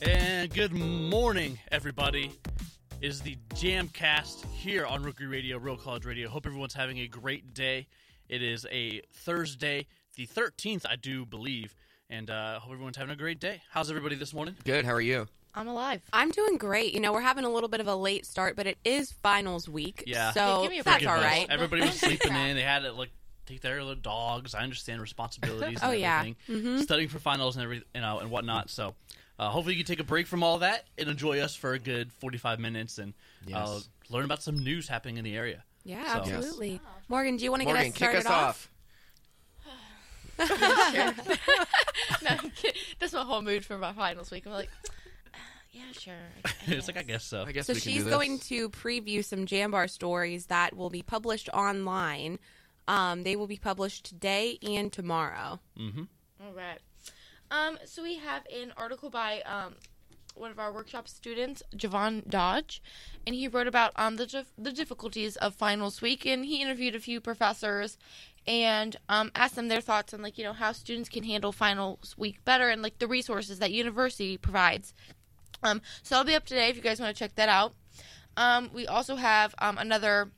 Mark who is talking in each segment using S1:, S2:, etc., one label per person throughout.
S1: Good morning, everybody. It is the Jamcast here on Rookie Radio, Real College Radio. Hope everyone's having a great day. It is a Thursday, the 13th, I do believe, and uh, hope everyone's having a great day. How's everybody this morning?
S2: Good. How are you?
S3: I'm alive.
S4: I'm doing great. You know, we're having a little bit of a late start, but it is finals week.
S1: Yeah.
S4: So
S3: Hey, give me a
S4: that's
S1: Good
S3: break.
S4: all
S1: vibes.
S4: right.
S1: Everybody was sleeping in. They had to like take their little dogs. I understand responsibilities. And
S4: Oh, yeah.
S1: everything. Studying for finals and everything, you know, and whatnot. So, uh, hopefully, you can take a break from all that and enjoy us for a good forty-five minutes and uh,
S2: Yes.
S1: learn about some news happening in the area.
S4: Yeah,
S1: So- Yes.
S4: absolutely. Morgan, do you want to get
S2: Morgan,
S4: us
S2: kick
S4: started
S2: us off.
S3: no, I'm kidding. that's my whole mood for my finals week. I'm like, yeah, sure. I
S1: it's like I guess so.
S2: I guess
S4: So
S2: we can do
S4: she's
S2: this.
S4: going to preview some Jambar stories that will be published online. Um, they will be published today and tomorrow.
S3: All right. Um, so we have an article by um, one of our workshop students, Javon Dodge, and he wrote about um, the dif- the difficulties of finals week, and he interviewed a few professors and um, asked them their thoughts on like you know how students can handle finals week better and like the resources that university provides. Um, so I'll be up today if you guys want to check that out. Um, we also have um, another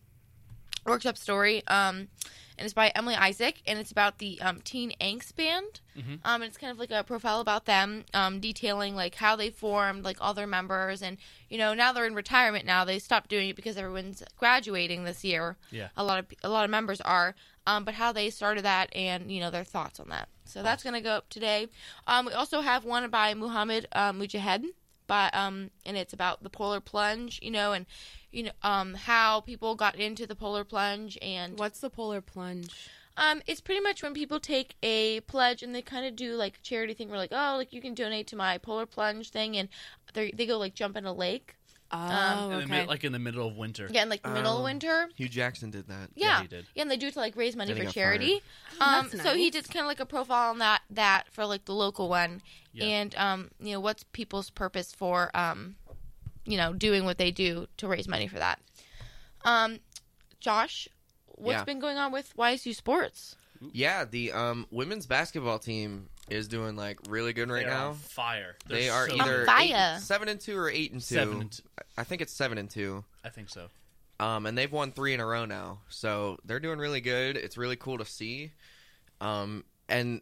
S3: workshop story, um, and it's by Emily Isaac, and it's about the um, Teen Angst Band. Um, and it's kind of like a profile about them, um, detailing like how they formed, like all their members, and you know now they're in retirement. Now they stopped doing it because everyone's graduating this year.
S1: Yeah.
S3: a lot of a lot of members are, um, but how they started that, and you know their thoughts on that. So that's gonna go up today. Um, we also have one by Muhammad uh, Mujahid but um and it's about the polar plunge you know and you know um how people got into the polar plunge and
S4: What's the polar plunge?
S3: um it's pretty much when people take a pledge and they kind of do like a charity thing where like oh like you can donate to my polar plunge thing and they they go like jump in a lake
S1: In
S4: Oh,
S1: the
S4: okay.
S1: mid- like in the middle of winter.
S3: yeah in like the middle of
S2: Oh.
S3: winter
S2: Hugh Jackson did that.
S3: yeah,
S1: he did.
S3: and they do it to like raise money
S2: Then he
S3: for
S2: got
S3: charity.
S4: Oh,
S3: Um,
S4: that's
S3: so he
S4: nice.
S3: did kind of like a profile on that that for like the local one,
S1: Yeah.
S3: and um, you know what's people's purpose for um, you know, doing what they do to raise money for that. Um, Josh, what's
S2: Yeah.
S3: been going on with YSU sports?
S2: Yeah, the um, women's basketball team is doing like really good right
S1: They're
S2: now.
S1: on fire. They're
S2: They are
S1: so
S2: either
S3: On
S1: good.
S3: fire.
S2: eight- seven and two or eight and two.
S1: Seven and two.
S2: I think it's seven and two.
S1: I think so.
S2: Um, and they've won three in a row now, so they're doing really good. It's really cool to see. Um, and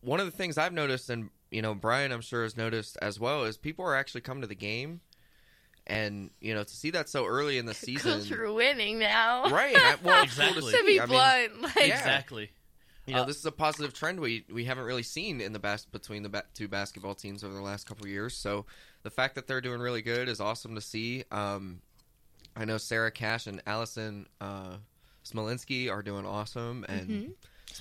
S2: one of the things I've noticed, and you know, Brian, I'm sure has noticed as well, is people are actually coming to the game, and you know, to see that so early in the season,
S3: Because we're winning now.
S2: right? I- well, it's cool
S1: Exactly.
S2: to,
S3: to
S2: see.
S3: be
S2: I mean,
S3: blunt, like
S2: Yeah.
S1: Exactly.
S2: You know,
S1: Uh,
S2: this is a positive trend we we haven't really seen in the bas- between the ba- two basketball teams over the last couple of years. So the fact that they're doing really good is awesome to see. Um, I know Sarah Cash and Allison uh, Smolinski are doing awesome, and
S3: Mm-hmm.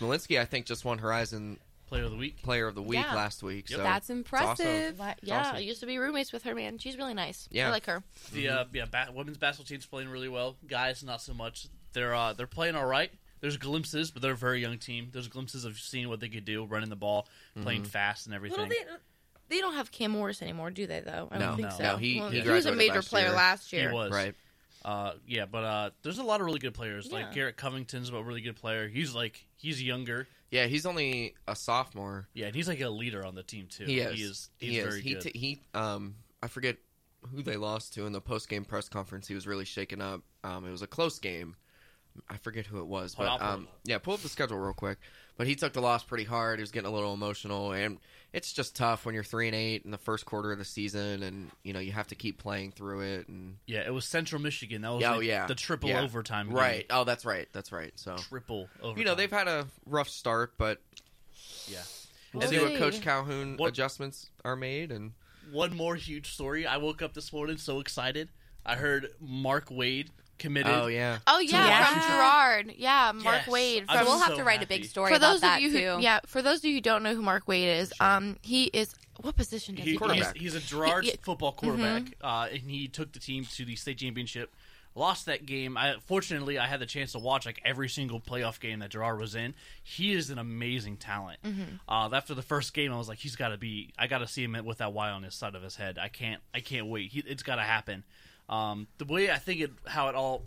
S2: Smolinski I think just won Horizon
S1: Player of the week.
S2: Player of the Week
S3: Yeah.
S2: last week.
S1: Yep.
S2: So
S4: that's
S2: awesome.
S4: impressive.
S3: Why- yeah,
S2: awesome.
S3: I used to be roommates with her, man. She's really nice.
S2: Yeah.
S3: I like her.
S1: The
S2: Mm-hmm.
S1: uh, yeah, ba- women's basketball team's playing really well. Guys, not so much. They're uh, they're playing all right. There's glimpses, but they're a very young team. There's glimpses of seeing what they could do, running the ball, playing
S2: Mm-hmm.
S1: fast, and everything.
S3: Well, they, they don't have Cam Morris anymore, do they? Though I
S2: No.
S3: don't think
S1: No.
S3: so.
S2: No, he-
S3: Well,
S2: he
S3: was a
S2: graduated
S3: major
S2: last
S3: player
S2: year.
S3: last year.
S1: he was
S2: right.
S1: Uh, yeah, but uh, there's a lot of really good players. Like
S3: Yeah.
S1: Garrett Covington's a really good player. He's like he's younger.
S2: Yeah, he's only a sophomore.
S1: Yeah, and he's like a leader on the team too.
S2: He is.
S1: He is. He's
S2: he
S1: very
S2: He,
S1: good.
S2: t- he um I forget who they lost to in the post game press conference. He was really shaken up. Um, it was a close game. I forget who it was,
S1: Hold
S2: but
S1: on, I'll pull
S2: um,
S1: it up.
S2: yeah, pull up the schedule real quick. But he took the loss pretty hard. He was getting a little emotional, and it's just tough when you're three and eight in the first quarter of the season, and you know you have to keep playing through it. And
S1: yeah, it was Central Michigan. That was
S2: oh
S1: like,
S2: yeah,
S1: the triple
S2: Yeah.
S1: overtime. game.
S2: Right? Oh, that's right. That's right. So
S1: Triple overtime.
S2: you know they've had a rough start, but
S1: yeah.
S2: we'll
S3: We'll
S2: see what
S3: see.
S2: Coach Calhoun
S1: What-
S2: adjustments are made, and
S1: one more huge story. I woke up this morning so excited. I heard Mark Wade committed.
S2: oh yeah,
S3: Oh yeah,
S4: Yeah.
S3: from Gerard. Yeah, Mark
S1: Yes.
S3: Wade.
S1: I'm
S3: From,
S4: we'll have
S1: so
S4: to write
S1: happy.
S4: a big story
S3: for
S4: about
S3: those
S4: that
S3: of you
S4: too.
S3: who yeah, for those of you who don't know who Mark Wade is, um, he is what position does
S1: He-
S3: he, play?
S2: Quarterback.
S1: He's, he's a Gerard
S3: Yeah, Mm-hmm. yeah.
S1: football quarterback, uh, and he took the team to the state championship. Lost that game. I fortunately I had the chance to watch like every single playoff game that Gerard was in. He is an amazing talent.
S3: Mm-hmm.
S1: Uh, after the first game, I was like, he's got to be. I got to see him with that Y on his side of his head. I can't. I can't wait. He, it's got to happen. Um, the way I think it, how it all,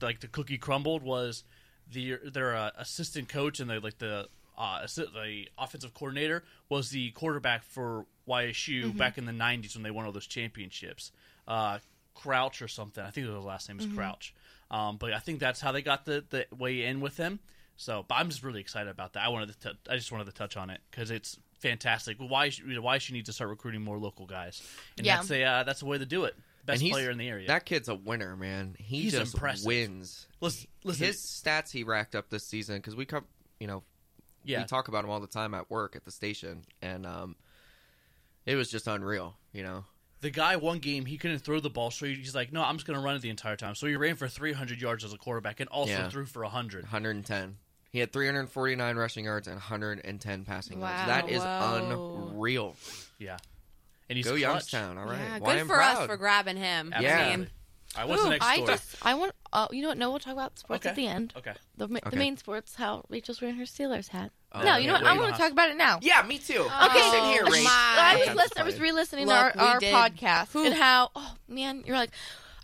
S1: like the cookie crumbled was the their uh, assistant coach and the like the uh, assi- the offensive coordinator was the quarterback for YSU back in the '90s when they won all those championships. Uh, Crouch or something. I think his last name is Crouch. Um, but I think that's how they got the, the way in with him. So, but I'm just really excited about that. I wanted to, t- I just wanted to touch on it because it's fantastic. Why, you know, why she needs to start recruiting more local guys, and
S3: Yeah.
S1: that's a uh, that's a way to do it. Best
S2: And he's-
S1: player in the area.
S2: That kid's a winner, man. He
S1: He's
S2: just
S1: impressive.
S2: wins.
S1: listen, listen,
S2: His stats he racked up this season because we come, you know,
S1: yeah,
S2: we talk about him all the time at work at the station, and um, it was just unreal. You know,
S1: the guy one game he couldn't throw the ball, so he- he's like, "No, I'm just going to run it the entire time." So he ran for 300 yards as a quarterback and also
S2: Yeah.
S1: threw for 100.
S2: 110. He had 349 rushing yards and 110 passing
S3: Wow.
S2: yards. That is
S4: Whoa.
S2: unreal.
S1: Yeah, and he's
S2: Go
S1: clutch.
S2: Youngstown, all right.
S4: Yeah,
S2: Why
S4: good
S2: I'm
S4: for us
S2: proud.
S4: for grabbing him.
S2: Yeah.
S1: Absolutely. I what's the
S3: Ooh,
S1: next
S3: I
S1: story?
S3: just I want uh, you know what? No, we'll talk about sports
S1: Okay.
S3: at the end.
S1: Okay,
S3: The, ma-
S2: Okay.
S3: the main sports. How Rachel's wearing her Steelers hat.
S2: Oh,
S3: no, you know
S1: yeah,
S3: what? I
S1: wait.
S3: want to talk about it now.
S2: Yeah, me too.
S3: Okay,
S2: Listen
S3: so-
S2: here, Rach.
S4: Oh my-
S3: I was
S2: Okay.
S3: listening. I was re-listening to
S4: Look,
S3: our,
S4: we
S3: our
S4: did.
S3: podcast
S4: Whew.
S3: and how oh man, you're like,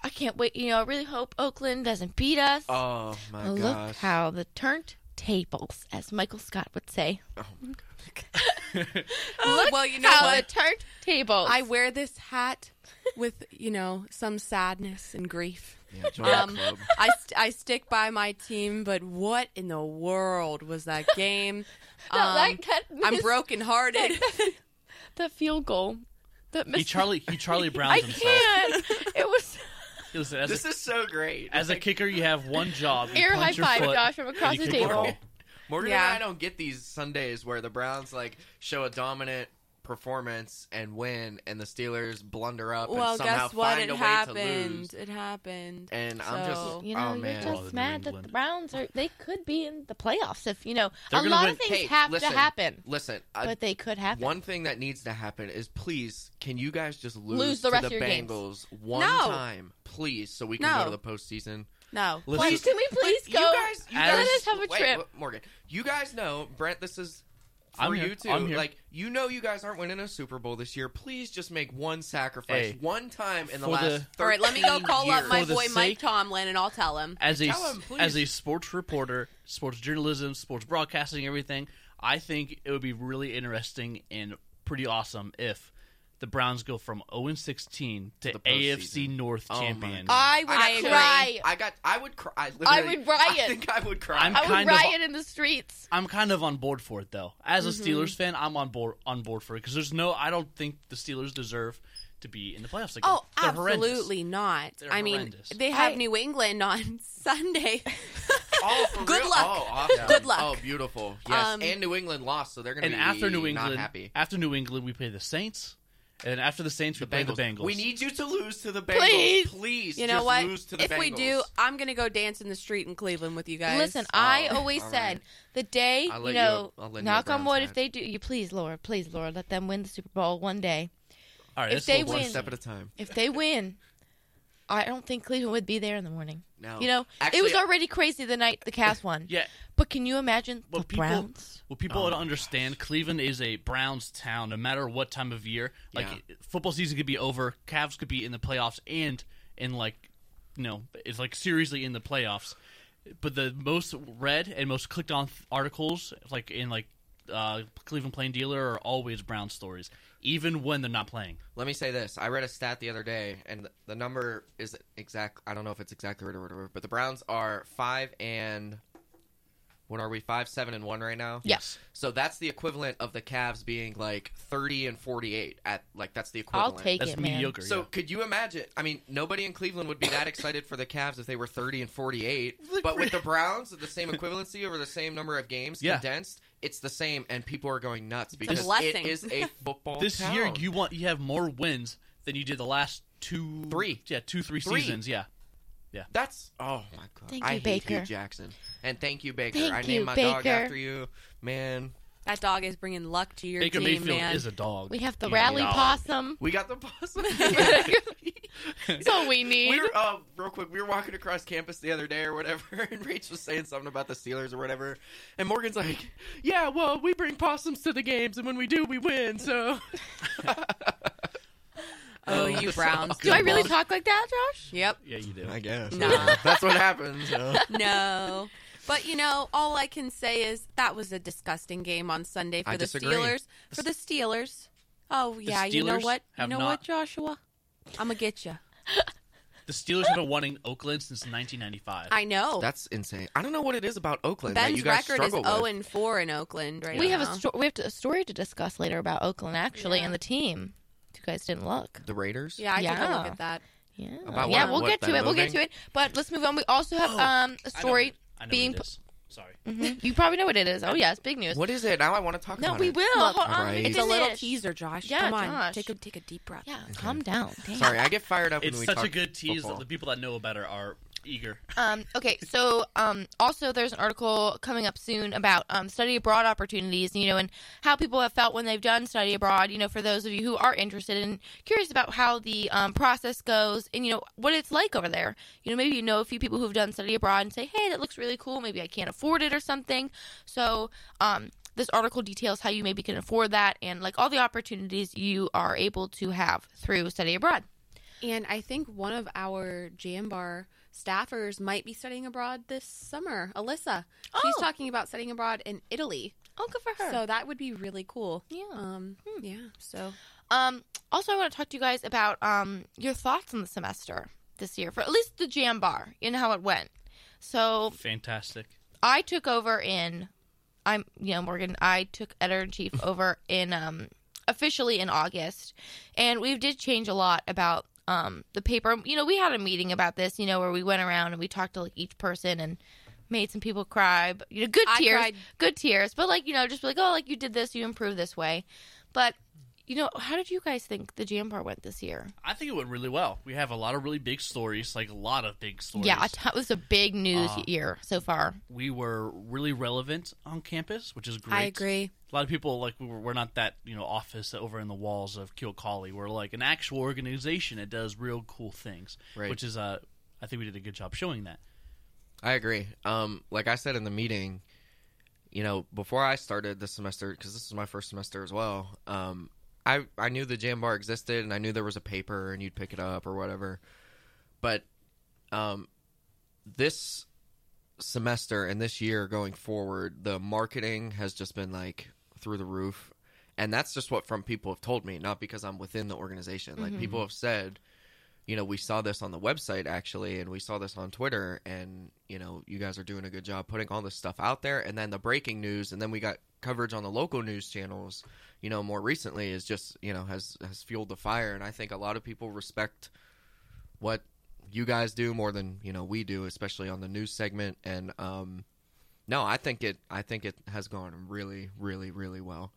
S3: I can't wait. You know, I really hope Oakland doesn't beat us.
S2: Oh my
S3: Look
S2: gosh.
S3: how the turntables, as Michael Scott would say.
S1: Oh,
S4: Look Oh, well, you know what?
S3: turntables.
S4: I wear this hat with, you know, some sadness and grief.
S2: Yeah, join the
S4: Um,
S2: club.
S4: I, st- I stick by my team, but what in the world was that game?
S3: No, that
S4: Um,
S3: cut-
S4: I'm brokenhearted.
S3: the field goal. That
S1: he
S3: missed-
S1: Charlie he Charlie Browns
S3: I
S1: himself.
S3: can't. it was
S1: Listen, as,
S2: This
S1: a,
S2: is so great.
S1: as a kicker, you have one job. You
S3: air high
S1: punch your
S3: five,
S1: foot,
S3: Josh, from
S1: and
S3: across
S1: you
S3: the
S1: kick
S3: table.
S1: ball.
S2: Morgan
S4: Yeah.
S2: and I don't get these Sundays where the Browns like show a dominant performance and win, and the Steelers blunder up
S4: well,
S2: and somehow
S4: guess what?
S2: find
S4: It
S2: a way to lose.
S4: happened. It happened.
S2: And I'm
S4: So-
S2: just,
S3: You know,
S2: oh
S3: you're
S2: man,
S1: Well, the
S3: just
S1: New
S3: mad that
S1: England-
S3: the Browns are. They could be in the playoffs if you know
S1: They're
S3: a
S1: gonna
S3: lot
S1: win. Uh,
S3: of things
S2: Hey,
S3: have
S2: listen.
S3: to happen,
S2: listen. I,
S3: but they could happen.
S2: one thing that needs to happen is please, can you guys just lose,
S3: Lose the
S2: to
S3: rest
S2: the
S3: of your games.
S2: Bengals one
S4: No.
S2: time, please, so we can
S4: No.
S2: go to the postseason?
S4: No.
S2: Listen-
S3: Please, can we please
S2: You
S3: go?
S2: guys, you
S1: Adam-
S2: guys
S1: Let
S3: us have a
S2: wait,
S3: trip.
S2: wait, Morgan. You guys know, Brent. This is for
S1: I'm here.
S2: you too.
S1: I'm here.
S2: Like you know, you guys aren't winning a Super Bowl this year. Please just make one sacrifice,
S1: Hey.
S2: one time in the
S1: For
S2: last.
S1: the-
S4: All right, let me go
S2: 13
S4: call up
S2: years.
S4: my
S1: For the
S4: boy Mike
S1: sake-
S4: Tomlin and I'll tell him.
S1: as a
S2: Tell him, please.
S1: as a sports reporter, sports journalism, sports broadcasting, everything, I think it would be really interesting and pretty awesome if the Browns go from 0 and 16 to
S2: the postseason.
S1: AFC North
S2: Oh my
S1: champion.
S2: God.
S3: I would
S4: I agree.
S3: cry.
S2: I got. I would cry. I,
S3: I
S2: literally-
S3: would riot.
S2: I think I would cry.
S1: I'm-
S3: I would
S1: kind of-
S3: riot in the streets.
S1: I'm kind of on board for it though. As a Steelers fan, I'm on board on board for it because there's no I don't think the Steelers deserve to be in the playoffs again.
S4: Oh,
S1: They're horrendous.
S4: absolutely not.
S1: They're
S4: I mean,
S1: horrendous.
S4: they have
S3: I-
S4: New England on Sunday.
S2: Oh, for
S4: Good
S2: real?
S4: luck.
S2: Oh, awesome.
S4: Good luck.
S2: Oh, beautiful. Yes,
S4: Um,
S2: and New England lost, so they're gonna
S1: And
S2: be
S1: after New
S2: not
S1: England,
S2: happy.
S1: after New England, we play the Saints, and then after the Saints, we play the Bengals.
S2: We need you to lose to the Bengals.
S3: Please.
S2: please.
S4: You know
S2: just
S4: what?
S2: Lose to the
S4: If we do,
S2: Bengals.
S4: I'm gonna go dance in the street in Cleveland with you guys.
S3: Listen, I
S2: Oh,
S3: always
S2: all
S3: said
S2: right.
S3: the day
S2: I'll
S3: you
S2: let you-
S3: know,
S2: I'll let you
S3: knock on
S2: Browns
S3: wood.
S2: have
S3: If
S2: it.
S3: they do, you please, Lord, please, Lord, let them win the Super Bowl one day.
S1: All right,
S3: if
S1: let's
S3: they
S1: move on.
S2: one
S3: win.
S2: step at a time.
S3: If they win, I don't think Cleveland would be there in the morning.
S2: No,
S3: You know,
S2: Actually,
S3: it was already crazy the night the Cavs won.
S1: Yeah,
S3: But can you imagine
S1: Well,
S3: the
S1: people-
S3: Browns?
S1: Well, people
S2: Oh
S1: don't
S2: my
S1: understand. Cleveland is a Browns town. No matter what time of year, like football season could be over, Cavs could be in the playoffs, and in like, you know, it's like seriously in the playoffs. But the most read and most clicked on th- articles, like in like uh, Cleveland Plain Dealer, are always Brown stories, even when they're not playing.
S2: Let me say this. I read a stat the other day, and the- the number is exact. I don't know if it's exactly right or whatever, but the Browns are five and what are we? Five, seven, and one right now.
S3: Yes.
S2: So that's the equivalent of the Cavs being like thirty and forty-eight at like that's the
S3: I'll
S2: equivalent.
S3: take
S1: That's
S3: it, man.
S1: mediocre.
S2: So
S1: yeah.
S2: could you imagine? I mean, nobody in Cleveland would be that excited for the Cavs if they were 30 and 48. But with the Browns, the same equivalency over the same number of games
S1: Yeah.
S2: condensed, it's the same, and people are going nuts because
S4: blessing.
S2: it is a football.
S1: this
S2: town.
S1: year you want you have more wins than you did the last two,
S2: Three.
S1: yeah, two, three,
S2: Three.
S1: seasons. Yeah,
S2: That's oh my god!
S3: Thank
S2: I
S3: you,
S2: hate
S3: Baker.
S2: Hugh Jackson, and thank you, Baker.
S3: Thank
S2: I
S3: you,
S2: named my dog
S3: Baker.
S2: after you, man.
S4: that dog is bringing luck to your
S1: Baker
S4: team,
S1: Mayfield
S4: man.
S1: is a dog.
S3: We have the
S1: He's a
S3: rally
S1: dog.
S3: possum.
S2: We got the possum.
S3: That's all we need.
S2: We were uh, real quick. We were walking across campus the other day or whatever, and Rach was saying something about the Steelers or whatever, and Morgan's like, "Yeah, well, we bring possums to the games, and when we do, we win." So
S4: oh, you Browns.
S3: Do I really
S4: people.
S3: talk like that, Josh?
S4: Yep.
S1: Yeah, you do.
S2: I guess
S4: Nah.
S2: that's what happens. so.
S4: No. But you know, all I can say is that was a disgusting game on Sunday for
S2: I
S4: the
S2: disagree.
S4: Steelers. For the Steelers. Oh yeah, you know
S1: Steelers
S4: what? You
S1: have
S4: know
S1: not-
S4: what, Joshua? I'm gonna get you.
S1: The Steelers have been wanting Oakland since 1995.
S4: I know.
S2: That's insane. I don't know what it is about Oakland that
S4: Ben's
S2: you guys
S4: record is
S2: struggle with.
S4: zero
S3: oh
S4: and four in Oakland right
S3: We
S4: now.
S3: have a sto- we have to, a story to discuss later about Oakland actually
S4: Yeah.
S3: and the team. You guys didn't look.
S2: the Raiders.
S4: yeah, I took a look
S3: Yeah.
S4: at that.
S3: Yeah,
S2: About
S3: yeah,
S4: what-
S3: we'll
S2: what,
S3: get to it.
S2: them
S3: We'll get to
S2: moving?
S3: it. But let's move on. We also have
S1: Oh,
S3: um a
S1: I know
S3: story.
S1: what- I know
S3: being
S1: what it is. Sorry.
S3: Mhm. You probably know what it is. Oh yeah, it's big news.
S2: What is it? Now I want to talk
S3: No,
S2: about
S3: we
S2: it.
S3: will.
S4: Look,
S3: Hold on,
S2: Alright.
S3: let me
S4: It's a little
S3: finish.
S4: teaser, Josh.
S3: Yeah,
S4: Come on,
S3: Josh.
S4: take a take a deep breath.
S3: Yeah, calm down. Dang.
S2: Sorry, I get fired up
S1: It's
S2: when we
S1: such
S2: talk
S1: a good tease
S2: football.
S1: that the people that know better are eager.
S3: Um, okay, so um, also there's an article coming up soon about um, study abroad opportunities, you know, and how people have felt when they've done study abroad. You know, for those of you who are interested and curious about how the um, process goes and you know what it's like over there. You know, maybe you know a few people who've done study abroad and say, hey, that looks really cool. Maybe I can't afford it or something. So um, this article details how you maybe can afford that and like all the opportunities you are able to have through study abroad.
S4: And I think one of our Jambar staffers might be studying abroad this summer. Alyssa, she's
S3: Oh.
S4: talking about studying abroad in Italy.
S3: Oh, good for her. Hmm.
S4: So that would be really cool.
S3: Yeah.
S4: Um, Yeah. So
S3: Um, also, I want to talk to you guys about um, your thoughts on the semester this year, for at least the jam bar and how it went. So
S1: Fantastic.
S3: I took over in, I'm you know Morgan. I took editor in chief over in um, officially in August, and we did change a lot about um, the paper. You know, we had a meeting about this. You know, where we went around and we talked to like each person and made some people cry. But, you know, good
S4: I
S3: tears,
S4: cried.
S3: good tears. But like you know, just be like oh, like you did this, you improved this way. But you know, how did you guys think the jam bar went this year?
S1: I think it went really well. We have a lot of really big stories, like a lot of big stories.
S3: Yeah, a ton- it was a big news
S1: Uh,
S3: year so far.
S1: we were really relevant on campus, which is great.
S4: I agree.
S1: A lot of people like we were, we're not that you know office over in the walls of Kilcally. We're like an actual organization that does real cool things,
S2: Right.
S1: which is uh, I think we did a good job showing that.
S2: I agree. Um, like I said in the meeting, you know, before I started this semester, because this is my first semester as well, um, I I knew the jam bar existed and I knew there was a paper and you'd pick it up or whatever, but um, this semester and this year going forward, the marketing has just been like through the roof, and that's just what from people have told me, not because I'm within the organization. Like people have said, you know, we saw this on the website actually, and we saw this on Twitter, and you know, you guys are doing a good job putting all this stuff out there, and then the breaking news, and then we got coverage on the local news channels, you know, more recently is just you know has has fueled the fire, and I think a lot of people respect what you guys do more than you know we do, especially on the news segment, and um. No, I think it. I think it has gone really, really, really well.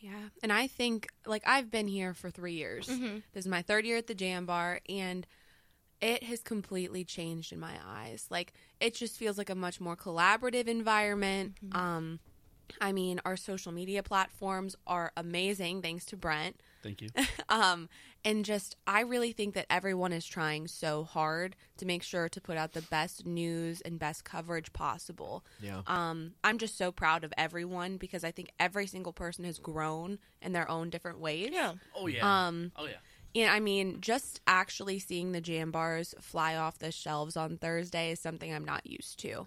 S4: Yeah. And I think like I've been here for three years.
S3: Mm-hmm.
S4: This is my third year at the Jam Bar and it has completely changed in my eyes. Like it just feels like a much more collaborative environment.
S3: Mm-hmm.
S4: Um I mean, our social media platforms are amazing thanks to Brent.
S1: Thank you.
S4: um and just i really think that everyone is trying so hard to make sure to put out the best news and best coverage possible
S2: Yeah.
S4: um i'm just so proud of everyone because i think every single person has grown in their own different ways
S1: Oh yeah.
S4: um
S1: oh yeah.
S4: and I mean, just actually seeing the jam bars fly off the shelves on Thursday is something I'm not used to.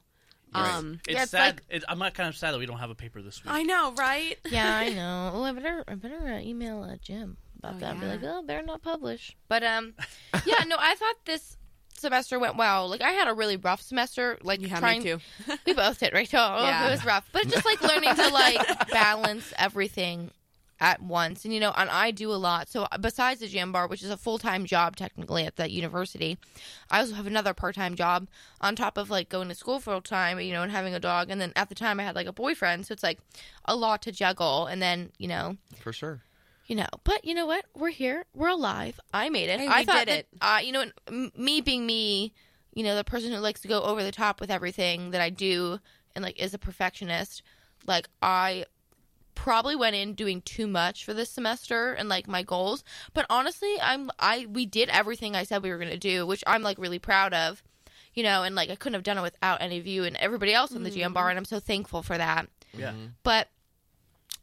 S2: Right.
S4: Um,
S1: It's
S3: yeah, it's
S1: sad.
S3: like-
S1: it, I'm not kind of sad that we don't have a paper this week.
S4: I know, right?
S3: yeah, I know. Oh, I better, I better uh, email uh, Jim about
S4: Oh,
S3: that. and Be
S4: yeah.
S3: like, oh, better not publish. But um, yeah, no, I thought this semester went well. Like, I had a really rough semester. Like,
S4: Yeah,
S3: trying
S4: me too.
S3: we both did, Rachel. Oh,
S4: Yeah.
S3: it was rough, but it's just like learning to like balance everything at once. And you know, and I do a lot. So uh, besides the jam bar, which is a full time job technically at that university, I also have another part time job on top of like going to school full time. You know, and having a dog. And then at the time, I had like a boyfriend, so it's like a lot to juggle. And then you know.
S2: for sure.
S3: You know, but you know what? We're here. We're alive. I made it.
S4: Hey,
S3: I
S4: we
S3: thought
S4: did
S3: that, Uh, you know, m- me being me, you know, the person who likes to go over the top with everything that I do and like is a perfectionist. Like I probably went in doing too much for this semester and like my goals. But honestly, I'm I we did everything I said we were gonna do, which I'm like really proud of. You know, and like I couldn't have done it without any of you and everybody else on the GM
S4: Mm-hmm.
S3: bar, and I'm so thankful for that
S1: yeah.
S2: Mm-hmm.
S3: but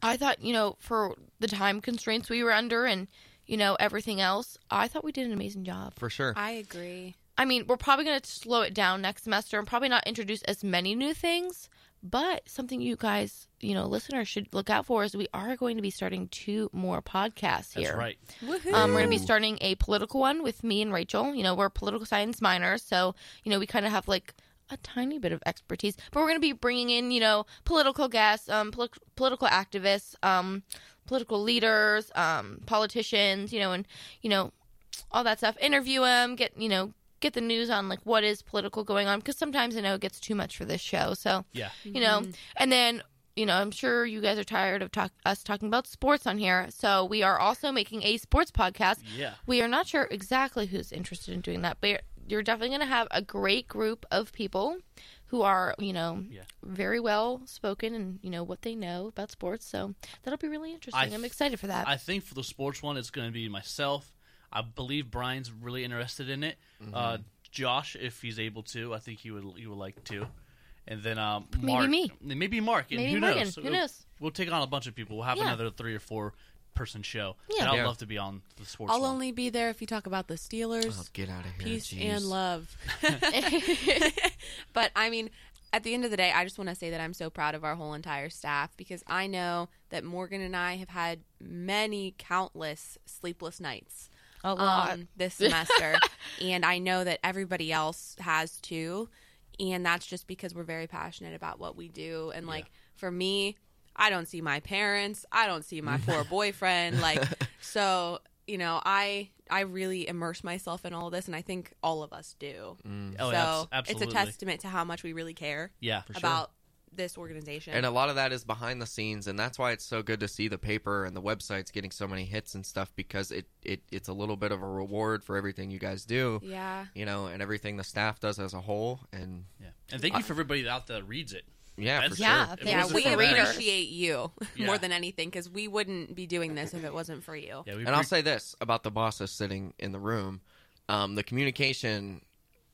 S3: I thought, you know, for the time constraints we were under and, you know, everything else, I thought we did an amazing job.
S2: For sure.
S4: I agree.
S3: I mean, we're probably going to slow it down next semester and probably not introduce as many new things. But something you guys, you know, listeners should look out for is we are going to be starting two more podcasts here.
S1: That's right.
S4: Woohoo!
S3: Um, we're going to be
S2: Ooh.
S3: starting a political one with me and Rachel. You know, we're political science minors, so you know we kind of have like a tiny bit of expertise. But we're going to be bringing in you know political guests, um, poli- political activists, um, political leaders, um, politicians. You know, and you know all that stuff. Interview them. Get you know get the news on like what is political going on because sometimes I know it gets too much for this show. So
S1: Yeah.
S3: you know and then you know i'm sure you guys are tired of talk- us talking about sports on here so we are also making a sports podcast
S1: Yeah.
S3: we are not sure exactly who's interested in doing that but you're, you're definitely going to have a great group of people who are you know
S1: Yeah.
S3: very well spoken and you know what they know about sports so that'll be really interesting
S1: I
S3: I, am
S1: th-
S3: excited for that
S1: I think for the sports one, it's going to be myself. I believe Brian's really interested in it.
S2: Mm-hmm.
S1: Uh, Josh, if he's able to, I think he would. He would like to. And then um,
S3: Maybe
S1: Mark,
S3: me.
S1: maybe Mark, and
S3: Maybe
S1: who
S3: Morgan.
S1: knows?
S3: Who
S1: We'll-
S3: knows?
S1: We'll take on a bunch of people. We'll have
S3: Yeah.
S1: another three or four person show.
S3: Yeah.
S1: and I'd
S2: Yeah.
S1: love to be on the sports.
S4: I'll
S1: one.
S4: only be there if you talk about the Steelers.
S2: Oh, get out of here.
S4: peace
S2: jeez.
S4: and love. but I mean, at the end of the day, I just want to say that I'm so proud of our whole entire staff because I know that Morgan and I have had many countless sleepless nights
S3: a lot
S4: um, this semester, and I know that everybody else has too. And that's just because we're very passionate about what we do. And like for me, I don't see my parents. I don't see my poor boyfriend. Like so, you know, I I really immerse myself in all of this, and I think all of us do.
S1: Oh,
S4: so
S1: abs-
S4: it's a
S1: absolutely.
S4: testament to how much we really care
S1: Yeah.
S4: about this organization.
S2: And uh, a lot of that is behind the scenes, and that's why it's so good to see the paper and the websites getting so many hits and stuff because it, it it's a little bit of a reward for everything you guys do,
S4: yeah,
S2: you know, and everything the staff does as a whole. And
S1: Yeah. And thank you for everybody out there that reads it.
S2: yeah, for
S1: That's-
S2: sure.
S3: Yeah,
S1: If it
S4: yeah.
S1: wasn't
S4: We
S1: for that-
S4: appreciate you
S1: Yeah.
S4: more than anything because we wouldn't be doing this if it wasn't for you.
S1: Yeah, we
S2: And I'll
S1: appre-
S2: say this about the bosses sitting in the room: um, the communication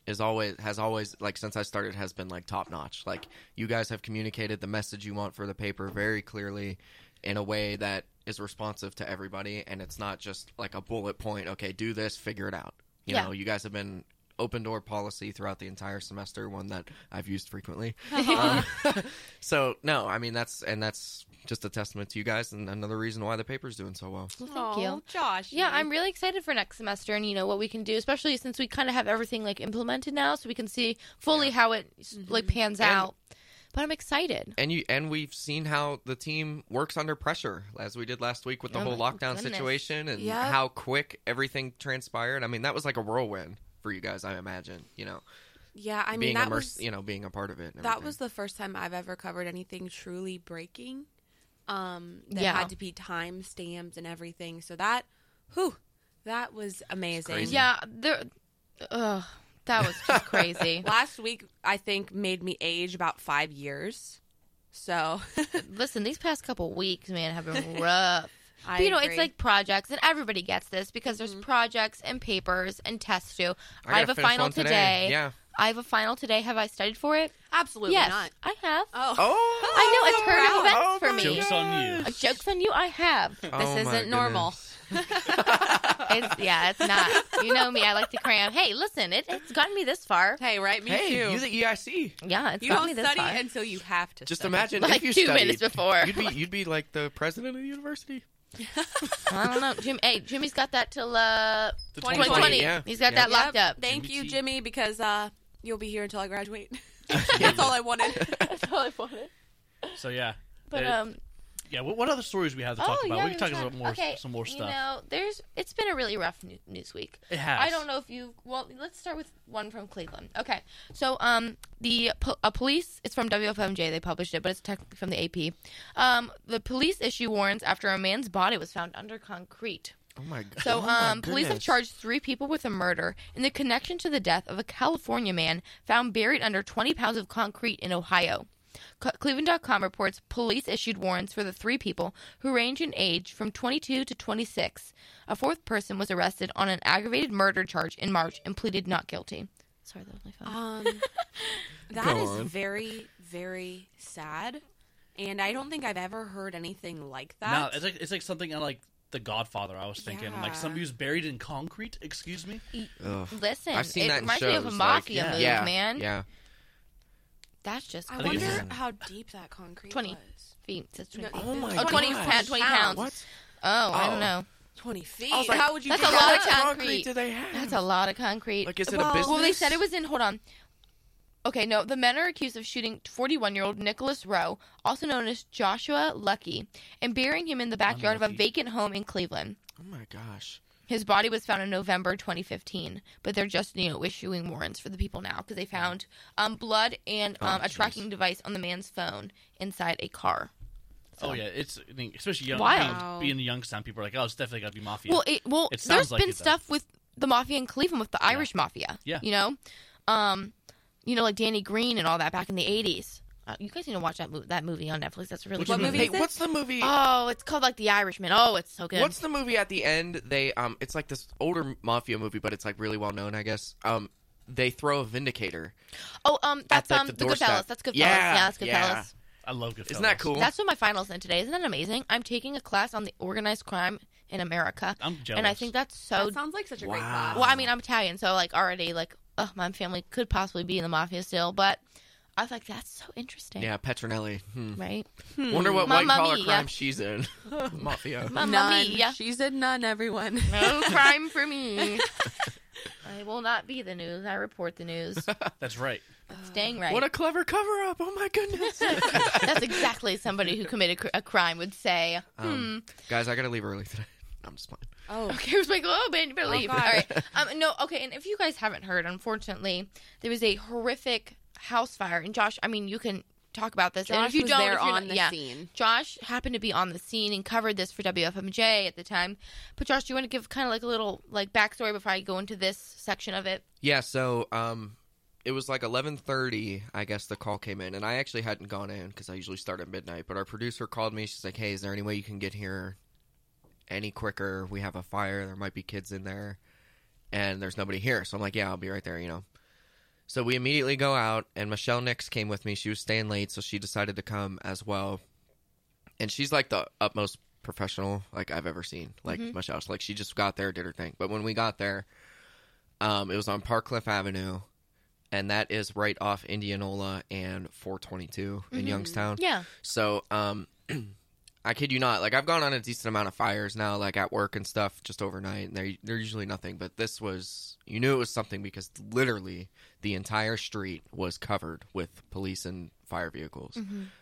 S2: is always has always like since I started has been like top notch. Like you guys have communicated the message you want for the paper very clearly in a way that is responsive to everybody, and it's not just like a bullet point. Okay, do this, figure it out. You
S3: Yeah.
S2: know, you guys have been open door policy throughout the entire semester, one that I've used frequently. Um, so no, I mean that's and that's just a testament to you guys and another reason why the paper's doing so well.
S3: Well, thank
S4: Aw,
S3: you
S4: Oh, Josh.
S2: Mm-hmm.
S3: Yeah, I'm really excited for next semester and you know what we can do, especially since we kind of have everything like implemented now, so we can see fully how it s like pans
S2: Mm-hmm. And-
S3: out. But I'm excited.
S2: and you and we've seen how the team works under pressure as we did last week with the
S3: Oh
S2: whole
S3: my
S2: lockdown
S3: goodness.
S2: situation and
S4: Yep.
S2: how quick everything transpired i mean that was like a whirlwind for you guys i imagine you know
S4: Yeah, I mean
S2: being
S4: that
S2: immersed
S4: was
S2: you know being a part of it and
S4: that
S2: everything.
S4: was the first time I've ever covered anything truly breaking. Um, that
S3: Yeah.
S4: had to be time stamped and everything. So that, whew, that was amazing.
S2: crazy.
S3: Yeah, there. Ugh, that was just crazy.
S4: Last week, I think made me age about five years. So,
S3: Listen, these past couple weeks, man, have been rough.
S4: I
S3: but, you know,
S4: agree.
S3: it's like projects, and everybody gets this because there's projects and papers and tests due. I,
S2: Mm-hmm.
S3: have
S2: gotta
S3: a
S2: finish
S3: final
S2: one
S3: today.
S2: yeah
S3: I have a final today. Have I studied for it?
S4: absolutely
S3: yes,
S4: not.
S3: I have.
S4: Oh,
S2: oh
S3: I know it's
S4: turn
S3: current
S4: of
S3: events
S2: Oh
S3: for
S2: my
S3: me.
S1: Jokes on you.
S3: Uh, Jokes on you, I have.
S4: this
S2: Oh my
S4: isn't normal.
S2: goodness.
S3: It's, yeah, it's not. You know me. I like to cram. Hey, listen, it, it's gotten me this far.
S4: Hey, right? Me
S2: hey
S4: too.
S2: you the E eic
S3: Yeah, it's
S4: You
S3: gotten me
S4: don't
S3: this
S4: study
S3: far.
S4: until you have to.
S2: just
S4: study.
S2: imagine
S3: Like
S2: if you
S3: two
S2: studied,
S3: minutes before.
S2: you'd be you'd be like the president of the university
S3: I don't know. Jim, hey, Jimmy's got that till uh,
S1: The
S3: 2020.
S2: 2020, yeah.
S3: He's got
S2: Yeah.
S3: that
S4: Yep.
S3: locked up.
S4: Thank
S1: Jimmy
S4: you,
S1: T.
S4: Jimmy, because uh, you'll be here until I graduate. That's all I wanted.
S3: That's all I wanted.
S1: So yeah.
S3: But
S1: It-
S3: um,
S1: yeah. What, what other stories we have to
S3: oh
S1: talk about?
S3: yeah,
S1: we can talk
S3: were
S1: about more
S3: okay,
S1: some more
S3: You
S1: stuff.
S3: know, there's it's been a really rough new, news week.
S1: it has.
S3: I don't know if you. Well, let's start with one from Cleveland. Okay, so um, the po- a police. It's from WFMJ. They published it, but it's technically from the AP. Um, the police issue warrants after a man's body was found under concrete.
S2: oh my god
S3: So,
S2: Oh my
S3: um, police have
S2: goodness.
S3: charged three people with a murder in the connection to the death of a California man found buried under 20 pounds of concrete in Ohio. Co- Cleveland.com reports police issued warrants for the three people who range in age from 22 to 26. A fourth person was arrested on an aggravated murder charge in March and pleaded not guilty. Sorry, that was my phone.
S4: Um, that
S2: Go
S4: is
S2: on.
S4: very, very sad, and I don't think I've ever heard anything like
S1: No,
S4: that.
S1: it's like it's like something on like The Godfather. I was thinking
S4: Yeah.
S1: like somebody who's buried in concrete. Excuse me.
S2: Ugh.
S3: Um, Listen,
S2: I've seen
S3: it
S2: that in
S3: reminds me of a
S2: shows, like,
S3: mafia
S1: yeah.
S3: movie,
S2: yeah,
S3: man.
S2: yeah.
S3: That's just
S4: I
S1: think
S4: wonder
S1: it's-
S4: how deep that concrete
S3: 20.
S4: was.
S3: feet. That's
S4: No,
S3: 20 feet.
S4: oh
S2: my
S3: Oh, 20,
S2: gosh.
S3: pound, 20 pounds.
S2: What?
S3: Oh, I
S2: Oh.
S3: don't know.
S4: 20 feet.
S2: I was like,
S4: how would you
S3: that's
S4: do
S3: a
S4: that?
S3: lot
S2: What
S3: of concrete.
S2: concrete do they have?
S3: That's a lot of concrete.
S2: Like, is it
S4: Well,
S2: a business?
S3: Well, they said it was in. Hold on. Okay, no. The men are accused of shooting 41 year old Nicholas Rowe, also known as Joshua Lucky, and burying him in the backyard of a
S1: Unlucky.
S3: vacant home in Cleveland.
S2: Oh my gosh.
S3: His body was found in November 2015, but they're just you know issuing warrants for the people now because they found um, blood and
S2: Oh,
S3: um, a
S2: jeez.
S3: tracking device on the man's phone inside a car.
S1: Oh yeah, it's I think, especially young.
S4: Wild.
S1: Being, being in Youngstown, people are like, oh, it's definitely got to be mafia.
S3: Well, it, well,
S1: It sounds
S3: there's
S1: like
S3: been
S1: it, though.
S3: stuff with the mafia in Cleveland with the Irish mafia.
S1: Yeah.
S3: you know, um, you know, like Danny Green and all that back in the '80s. Uh, you guys need to watch that movie. That movie on Netflix. That's really
S1: Which
S3: good.
S1: movie?
S2: Hey,
S4: is it?
S2: what's the movie?
S3: Oh, it's called like The Irishman. Oh, it's so good.
S2: What's the movie at the end? They um, it's like this older mafia movie, but it's like really well known, I guess. Um, they throw a vindicator.
S3: oh, um, that's
S2: at, like,
S3: um,
S2: the
S3: the,
S2: doorstep.
S3: Goodfellas. That's Goodfellas.
S2: Yeah,
S3: Yeah, that's Goodfellas.
S2: yeah.
S1: I love Goodfellas.
S2: Isn't that cool?
S3: That's what my finals in today. Isn't that amazing? I'm taking a class on the organized crime in America,
S1: I'm jealous.
S3: and I think that's so.
S4: That sounds like such a great
S2: Wow.
S4: class.
S3: well, I mean, I'm Italian, so like already like, oh, my family could possibly be in the mafia still, but I was like, that's so interesting.
S2: yeah, Petronelli. Hmm.
S3: Right.
S2: Wonder what
S3: Mamma
S2: white collar
S3: mia.
S2: crime she's in. mafia.
S3: Mamma
S4: none.
S3: mia. Oh,
S4: She's a nun, everyone.
S3: No crime for me. I will not be the news. I report the news.
S1: That's right.
S3: That's dang right.
S2: What a clever cover up! Oh my goodness,
S3: That's exactly somebody who committed cr- a crime would say. Hmm.
S2: Um, guys! I gotta leave early today. I'm just playing.
S4: Oh,
S3: Okay, it was like, oh, man, you better leave.
S4: God.
S3: All right. Um, no, okay, and if you guys haven't heard, unfortunately, there was a horrific house fire. And Josh, I mean, you can talk about this. and
S4: Josh
S3: if you
S4: was
S3: don't,
S4: there
S3: if you're
S4: on
S3: not-
S4: the
S3: yeah.
S4: scene.
S3: Josh happened to be on the scene and covered this for WFMJ at the time. But Josh, do you want to give kind of like a little like backstory before I go into this section of it?
S2: Yeah, so um, it was like eleven thirty. I guess the call came in, and I actually hadn't gone in because I usually start at midnight. But our producer called me. She's like, "Hey, is there any way you can get here any quicker? We have a fire. There might be kids in there, and there's nobody here." So I'm like, "Yeah, I'll be right there." You know. So we immediately go out, and Michelle Nix came with me. She was staying late, so she decided to come as well. And she's like the utmost professional like I've ever seen. Like Michelle's like she just got there, did her thing. But when we got there, um, it was on Park Cliff Avenue, and that is right off Indianola and 422 in Youngstown.
S3: Yeah.
S2: So, um, I kid you not. Like I've gone on a decent amount of fires now, like at work and stuff, just overnight, and they're they're usually nothing. But this was, you knew it was something because literally the entire street was covered with police and fire vehicles.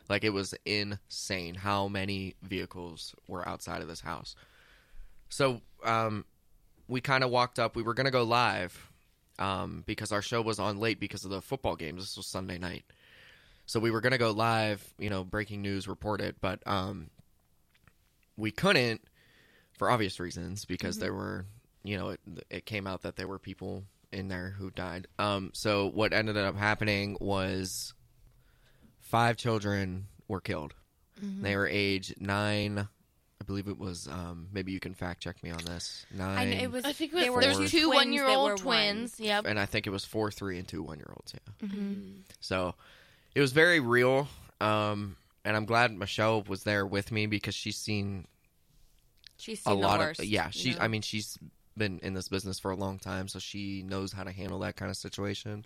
S2: Like it was insane how many vehicles were outside of this house. So, um, we kind of walked up. We were gonna go live, um, because our show was on late because of the football games. This was Sunday night. So we were gonna go live, you know, breaking news, report it, but um, we couldn't for obvious reasons because
S4: Mm-hmm.
S2: there were, you know, it, it came out that there were people in there who died. Um, so what ended up happening was five children were killed.
S4: Mm-hmm.
S2: They were age nine. I believe it was. Um, maybe you can fact check me on this. Nine.
S4: I know it was.
S3: I think it
S4: they
S3: was,
S4: were
S3: there
S2: four
S3: was two
S4: twins
S3: one year
S4: that were
S3: old
S4: one.
S3: twins. Yep.
S2: and I think it was four, three, and two one year olds. Yeah.
S4: Mm.
S2: So it was very real. Um, and I'm glad Michelle was there with me because she's seen
S4: She's
S2: a
S4: seen
S2: lot
S4: the worst.
S2: of. Yeah,
S4: you
S2: she's.
S4: know?
S2: I mean, she's been in this business for a long time, so she knows how to handle that kind of situation.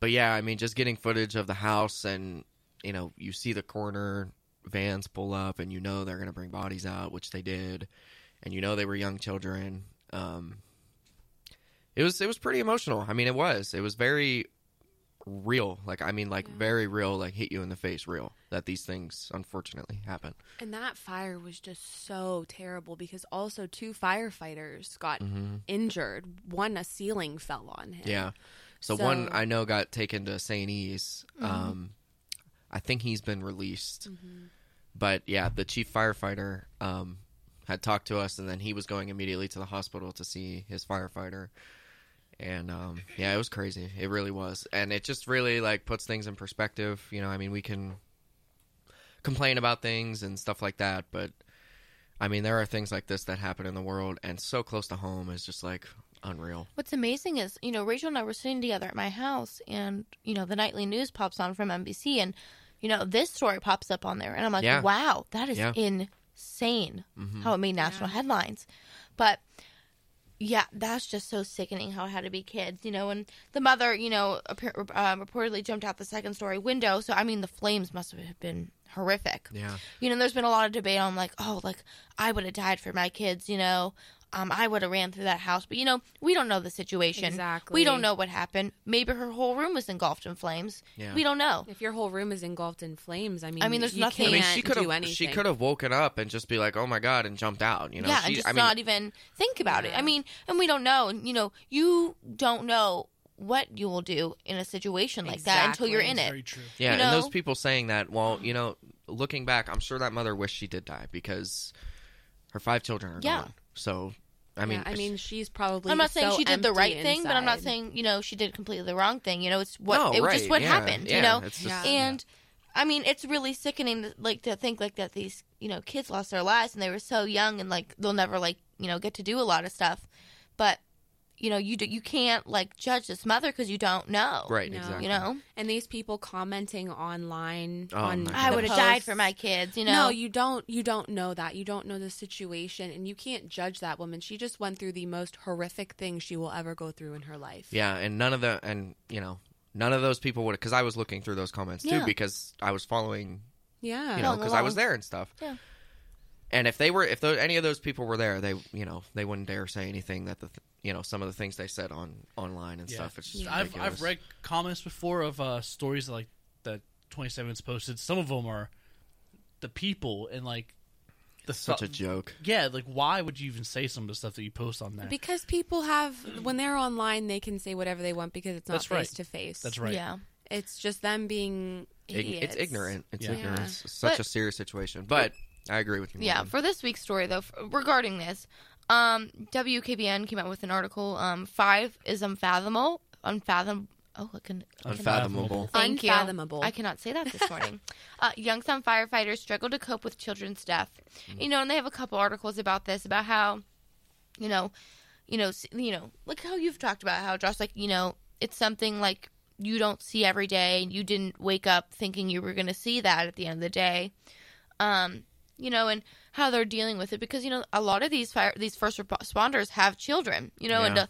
S2: But yeah, I mean, just getting footage of the house and you know you see the corner vans pull up and you know they're gonna bring bodies out, which they did, and you know they were young children. Um, it was it was pretty emotional. I mean, it was it was very real. Like I mean, like very real. Like hit you in the face, real. That these things unfortunately happen.
S4: And that fire was just so terrible because also two firefighters got injured. One, a ceiling fell on him.
S2: Mm. Yeah. So, one
S4: So-
S2: I know got taken to St. E's. Um, I think he's been released. But yeah, the chief firefighter um, had talked to us, and then he was going immediately to the hospital to see his firefighter. And um, yeah, it was crazy. It really was, and it just really like puts things in perspective. You know, I mean, we can complain about things and stuff like that, but I mean, there are things like this that happen in the world, and so close to home is just like unreal.
S3: What's amazing is, you know, Rachel and I were sitting together at my house, and you know, the nightly news pops on from NBC, and you know, this story pops up on there, and I'm like,
S2: Yeah. Mm-hmm.
S3: wow, that is
S2: Yeah.
S3: insane how it made national headlines. But yeah, that's just so sickening how it had to be kids, you know. And the mother, you know, appar- um, reportedly jumped out the second story window. So I mean, the flames must have been horrific.
S2: Yeah.
S3: You know, there's been a lot of debate on like, oh, like I would have died for my kids, you know. Um, I would have ran through that house, but you know, we don't know the situation. We
S4: Exactly.
S3: don't know what happened. Maybe her whole room was engulfed in flames.
S2: Yeah.
S3: We don't know.
S4: If your whole room is engulfed in flames, I mean,
S3: I mean, there's
S4: you
S3: nothing- I
S4: Can't
S3: mean,
S2: she could
S4: do
S2: have
S4: anything.
S2: she could have woken up and just be like, "Oh my god," and jumped out. You know,
S3: yeah,
S2: she,
S3: and just
S2: I mean,
S3: not even think about it.
S4: Yeah.
S3: I mean, and we don't know. And you know, you don't know what you will do in a situation like that until you're in
S4: Exactly.
S1: That's
S3: it.
S1: very true.
S2: yeah.
S3: you
S2: And
S3: know?
S2: those people saying that, well, you know, looking back, I'm sure that mother wished she did die because her five children are
S3: Yeah.
S2: gone. So, I mean,
S4: yeah, I mean, she's probably.
S3: I'm not saying
S4: so
S3: she did the
S4: empty
S3: right thing, but I'm not
S4: inside.
S3: saying you know she did completely the wrong thing. You know, it's what
S2: no,
S3: it was
S2: right,
S3: just what
S2: yeah,
S3: happened.
S2: Yeah,
S3: you know,
S2: it's just-
S3: and I mean, it's really sickening, that, like to think like that these you know kids lost their lives and they were so young and like they'll never like you know get to do a lot of stuff, but you know you do, you can't like judge this mother because you don't know,
S2: right,
S4: you know,
S2: exactly.
S3: You know,
S4: And these people commenting online
S2: Oh, my
S4: on the
S2: God.
S3: I would have died
S4: posts.
S3: for my kids. You
S4: No,
S3: know,
S4: you don't. You don't know that. You don't know the situation, and you can't judge that woman. She just went through the most horrific thing she will ever go through in her life.
S2: Yeah, and none of the and you know none of those people would because I was looking through those comments
S3: Yeah.
S2: too because I was following
S4: Yeah.
S2: you know
S3: Along the
S2: because I was
S3: line.
S2: there and stuff.
S3: Yeah.
S2: And if they were if those, any of those people were there, they you know they wouldn't dare say anything that the th- you know some of the things they said on online and
S1: Yeah.
S2: stuff. It's just
S1: I've
S2: ridiculous.
S1: I've read comments before of uh, stories that, like that 27's posted. Some of them are the people and like the
S2: such
S1: stu-
S2: a joke.
S1: yeah. Like, why would you even say some of the stuff that you post on there?
S4: Because people have, when they're online, they can say whatever they want because it's not
S1: That's right.
S4: face to face.
S1: That's right.
S3: yeah.
S4: It's just them being
S2: Ig-
S4: idiots.
S2: it's ignorant. It's
S1: Yeah.
S2: ignorance. It's such
S3: But-
S2: a serious situation. But I agree with you.
S3: Yeah,
S2: Morgan.
S3: for this week's story though, f regarding this, um, WKBN came out with an article. Um, five is unfathomable, unfathom. Oh, I can. I cannot-
S2: unfathomable.
S3: Thank you.
S4: Unfathomable.
S3: I cannot say that this morning. uh, Youngstown firefighters struggle to cope with children's death. You know, and they have a couple articles about this, about how, you know, you know, s- you know, like how you've talked about how Josh, like you know, it's something like you don't see every day, and you didn't wake up thinking you were going to see that at the end of the day. Um, you know, and how they're dealing with it because you know a lot of these fire these first responders have children, you know, and
S2: Yeah.
S3: uh,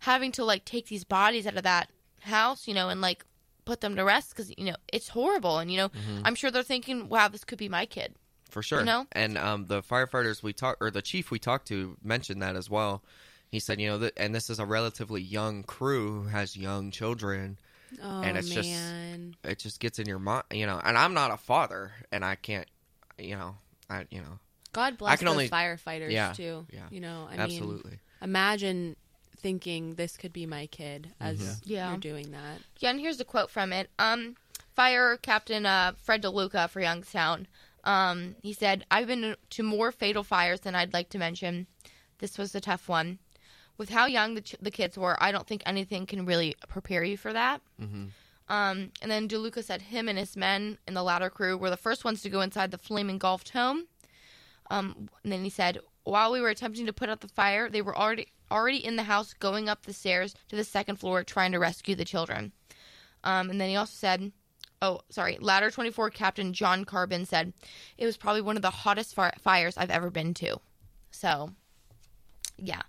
S3: having to like take these bodies out of that house, you know, and like put them to rest because you know it's horrible, and you know I'm sure they're thinking, wow, this could be my kid.
S2: for sure.
S3: You know?
S2: And um, the firefighters we talked, or the chief we talked to, mentioned that as well. He said, you know, th- and this is a relatively young crew who has young children.
S4: Oh,
S2: And it's just-
S4: man.
S2: It just gets in your mind, you know. And I'm not a father, and I can't, you know, I, you know,
S4: God bless
S2: can
S4: those
S2: only-
S4: firefighters,
S2: yeah,
S4: too.
S2: yeah.
S4: You know, I mean,
S2: absolutely.
S4: imagine thinking this could be my kid as
S3: Yeah.
S1: Mm-hmm.
S4: you're doing that.
S3: Yeah, and here's a quote from it. Um, Fire Captain uh, Fred DeLuca for Youngstown. Um, he said, "I've been to more fatal fires than I'd like to mention. This was a tough one. With how young the, ch- the kids were, I don't think anything can really prepare you for that." Um, and then DeLuca said him and his men and the latter crew were the first ones to go inside the flame engulfed home. Um, and then he said, while we were attempting to put out the fire, they were already already in the house, going up the stairs to the second floor, trying to rescue the children. Um, and then he also said, oh, sorry, Ladder 24 Captain John Carbon said, it was probably one of the hottest fir- fires I've ever been to. So, yeah.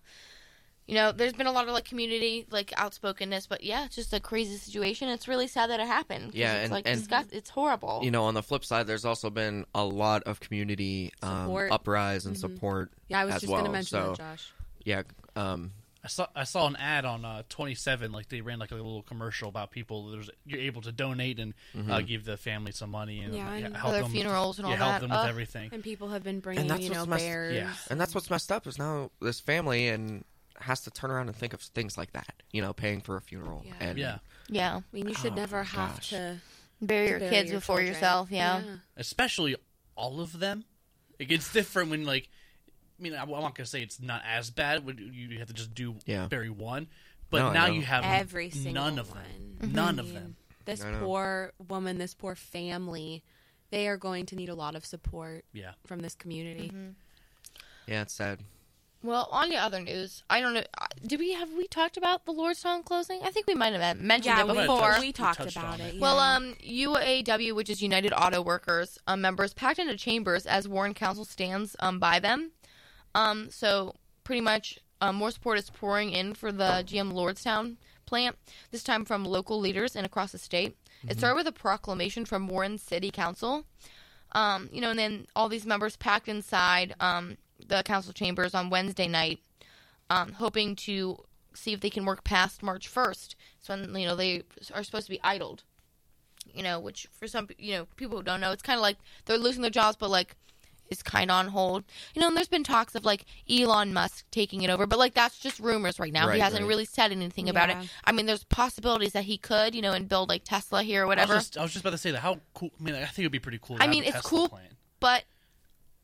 S3: You know, there's been a lot of like community like outspokenness, but yeah, it's just a crazy situation. It's really sad that it happened. 'cause
S2: Yeah,
S3: it's
S2: and-
S3: like
S2: and-
S3: disgust- it's horrible.
S2: You know, on the flip side, there's also been a lot of community um,
S4: Support.
S2: uprise and support.
S4: Yeah, I was
S2: as
S4: just
S2: well.
S4: going to mention
S2: so,
S4: that, Josh.
S2: Yeah, um,
S1: I saw I saw an ad on uh, 27. Like they ran like a little commercial about people. There's you're able to donate and
S2: Mm-hmm.
S1: uh, give the family some money and
S4: Yeah,
S1: uh,
S4: and
S1: help
S3: their
S1: them
S3: funerals and
S1: yeah,
S3: all
S1: help
S3: that.
S1: them with
S3: Ugh.
S1: everything.
S4: And people have been bringing,
S2: that's
S4: you
S2: what's
S4: know,
S2: messed-
S4: bears.
S1: Yeah.
S2: and that's what's messed up is now this family and has to turn around and think of things like that. You know, paying for a funeral
S4: Yeah.
S2: and
S1: Yeah,
S3: yeah.
S4: I mean, you should
S2: Oh,
S4: never have
S2: gosh.
S4: to
S3: Bury your
S4: bury
S3: kids
S4: your
S3: before
S4: children.
S3: yourself, yeah.
S1: especially all of them. It gets different when like. I mean, I'm not gonna say it's not as bad when you you have to just do
S2: Yeah.
S1: bury one, but
S2: No, I
S1: now
S2: know.
S1: you have
S4: Every single
S1: none of them,
S4: one.
S1: none
S4: I
S1: of
S4: mean,
S1: them.
S4: This
S2: I know.
S4: poor woman, this poor family, they are going to need a lot of support
S1: Yeah,
S4: Mm-hmm. from this community.
S2: yeah, it's sad.
S3: Well, on the other news, I don't know. uh, Did we have we talked about the Lordstown closing? I think we might have mentioned
S4: Yeah,
S3: it
S4: we,
S1: touched-
S3: before.
S4: we
S1: we
S4: talked
S1: touched
S4: about
S1: on
S4: it.
S1: it.
S4: yeah.
S3: Well, um, UAW, which is United Auto Workers, um, members packed into chambers as Warren Council stands um, by them. Um, so pretty much, um, more support is pouring in for the GM Lordstown plant. This time from local leaders and across the state.
S4: Mm-hmm.
S3: It started with a proclamation from Warren City Council. Um, you know, and then all these members packed inside um, the council chambers on Wednesday night um, hoping to see if they can work past March 1st. So when you know they are supposed to be idled, you know, which for some pe- you know people who don't know, it's kind of like they're losing their jobs, but like it's kind of on hold. You know, and there's been talks of like Elon Musk taking it over, but like that's just rumors right now. he
S2: Right,
S3: hasn't
S2: right.
S3: really said anything about it.
S4: Yeah.
S3: I mean, there's possibilities that he could, you know, and build like Tesla here or
S1: I was,
S3: whatever.
S1: just, I was just about to say that. How cool! I mean, I think it'd be pretty cool. to
S3: I
S1: have
S3: mean,
S1: a
S3: it's
S1: Tesla
S3: cool.
S1: plant.
S3: But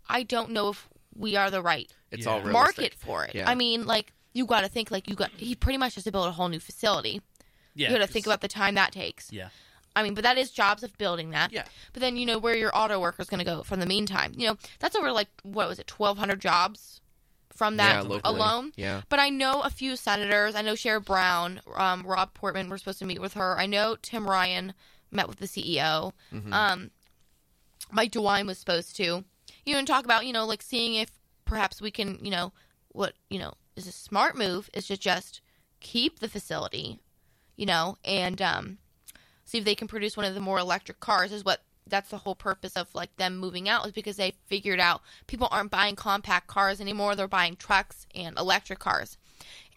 S3: I don't know if we are the right
S2: It's
S1: Yeah.
S2: all realistic.
S3: market for it.
S2: Yeah.
S3: I mean, like you got to think like you got he pretty much has to build a whole new facility.
S1: Yeah,
S3: you got to think about the time that takes.
S1: Yeah,
S3: I mean, but that is jobs of building that.
S1: Yeah.
S3: But then you know where your auto worker's going to go from the meantime. You know that's over like what was it, twelve hundred jobs from
S2: yeah,
S3: that
S2: locally.
S3: alone.
S2: Yeah.
S3: But I know a few senators. I know Sherrod Brown, um, Rob Portman. We're supposed to meet with her. I know Tim Ryan met with the CEO.
S1: Mm-hmm.
S3: Um, Mike DeWine was supposed to, you know, and talk about you know like seeing if perhaps we can you know what you know is a smart move is to just keep the facility, you know, and um, see if they can produce one of the more electric cars. Is what that's the whole purpose of like them moving out is because they figured out people aren't buying compact cars anymore they're buying trucks and electric cars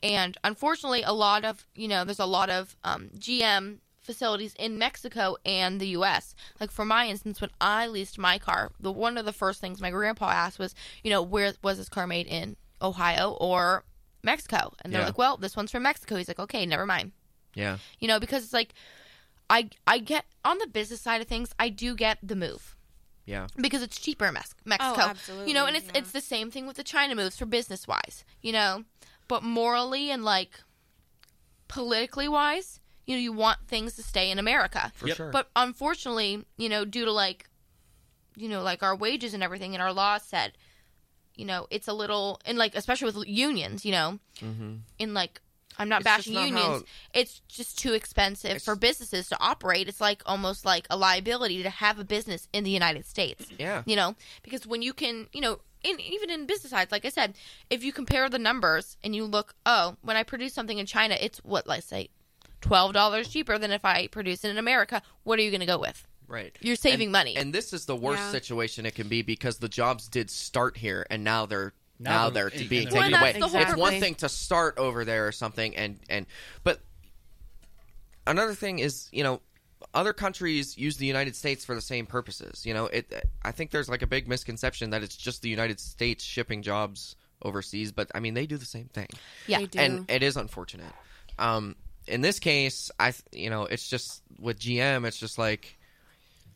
S3: and unfortunately a lot of you know there's a lot of um, gm facilities in mexico and the us like for my instance when i leased my car the one of the first things my grandpa asked was you know where was this car made in ohio or mexico and they're
S2: Yeah.
S3: like well this one's from mexico he's like okay never mind
S2: Yeah.
S3: you know because it's like i i get on the business side of things i do get the move
S2: Yeah.
S3: because it's cheaper in Mex- Mexico.
S4: Oh, absolutely,
S3: You know, and it's
S4: yeah.
S3: it's the same thing with the China moves for business wise. You know, but morally and like politically wise, you know, you want things to stay in America.
S2: For
S1: Yep.
S2: sure.
S3: But unfortunately, you know, due to like, you know, like our wages and everything, and our laws said, you know, it's a little and like especially with unions, you know,
S2: mm-hmm.
S3: in like. I'm not
S2: It's just
S3: bashing
S2: not
S3: unions.
S2: how-
S3: It's just too expensive
S2: It's-
S3: for businesses to operate. It's like almost like a liability to have a business in the United States
S2: Yeah.
S3: you know because when you can you know in, even in business sides like i said if you compare the numbers and you look oh when i produce something in china it's what let's say $12 cheaper than if i produce it in america what are you going to go with
S2: Right.
S3: you're saving
S2: And-
S3: money
S2: And this is the worst
S4: Yeah.
S2: situation it can be because the jobs did start here and now they're
S1: Now
S2: now,
S1: they're-
S2: they're,
S1: and-
S2: being
S1: and
S3: they're
S2: taken
S3: Well,
S2: away.
S3: that's the whole
S2: it's one
S4: purpose.
S2: thing to start over there or something and and but another thing is, you know, other countries use the United States for the same purposes. You know, it I think there's like a big misconception that it's just the United States shipping jobs overseas, but I mean they do the same thing
S3: yeah.
S4: They do.
S2: and it is unfortunate. Um, in this case, I th- you know it's just with GM, it's just like,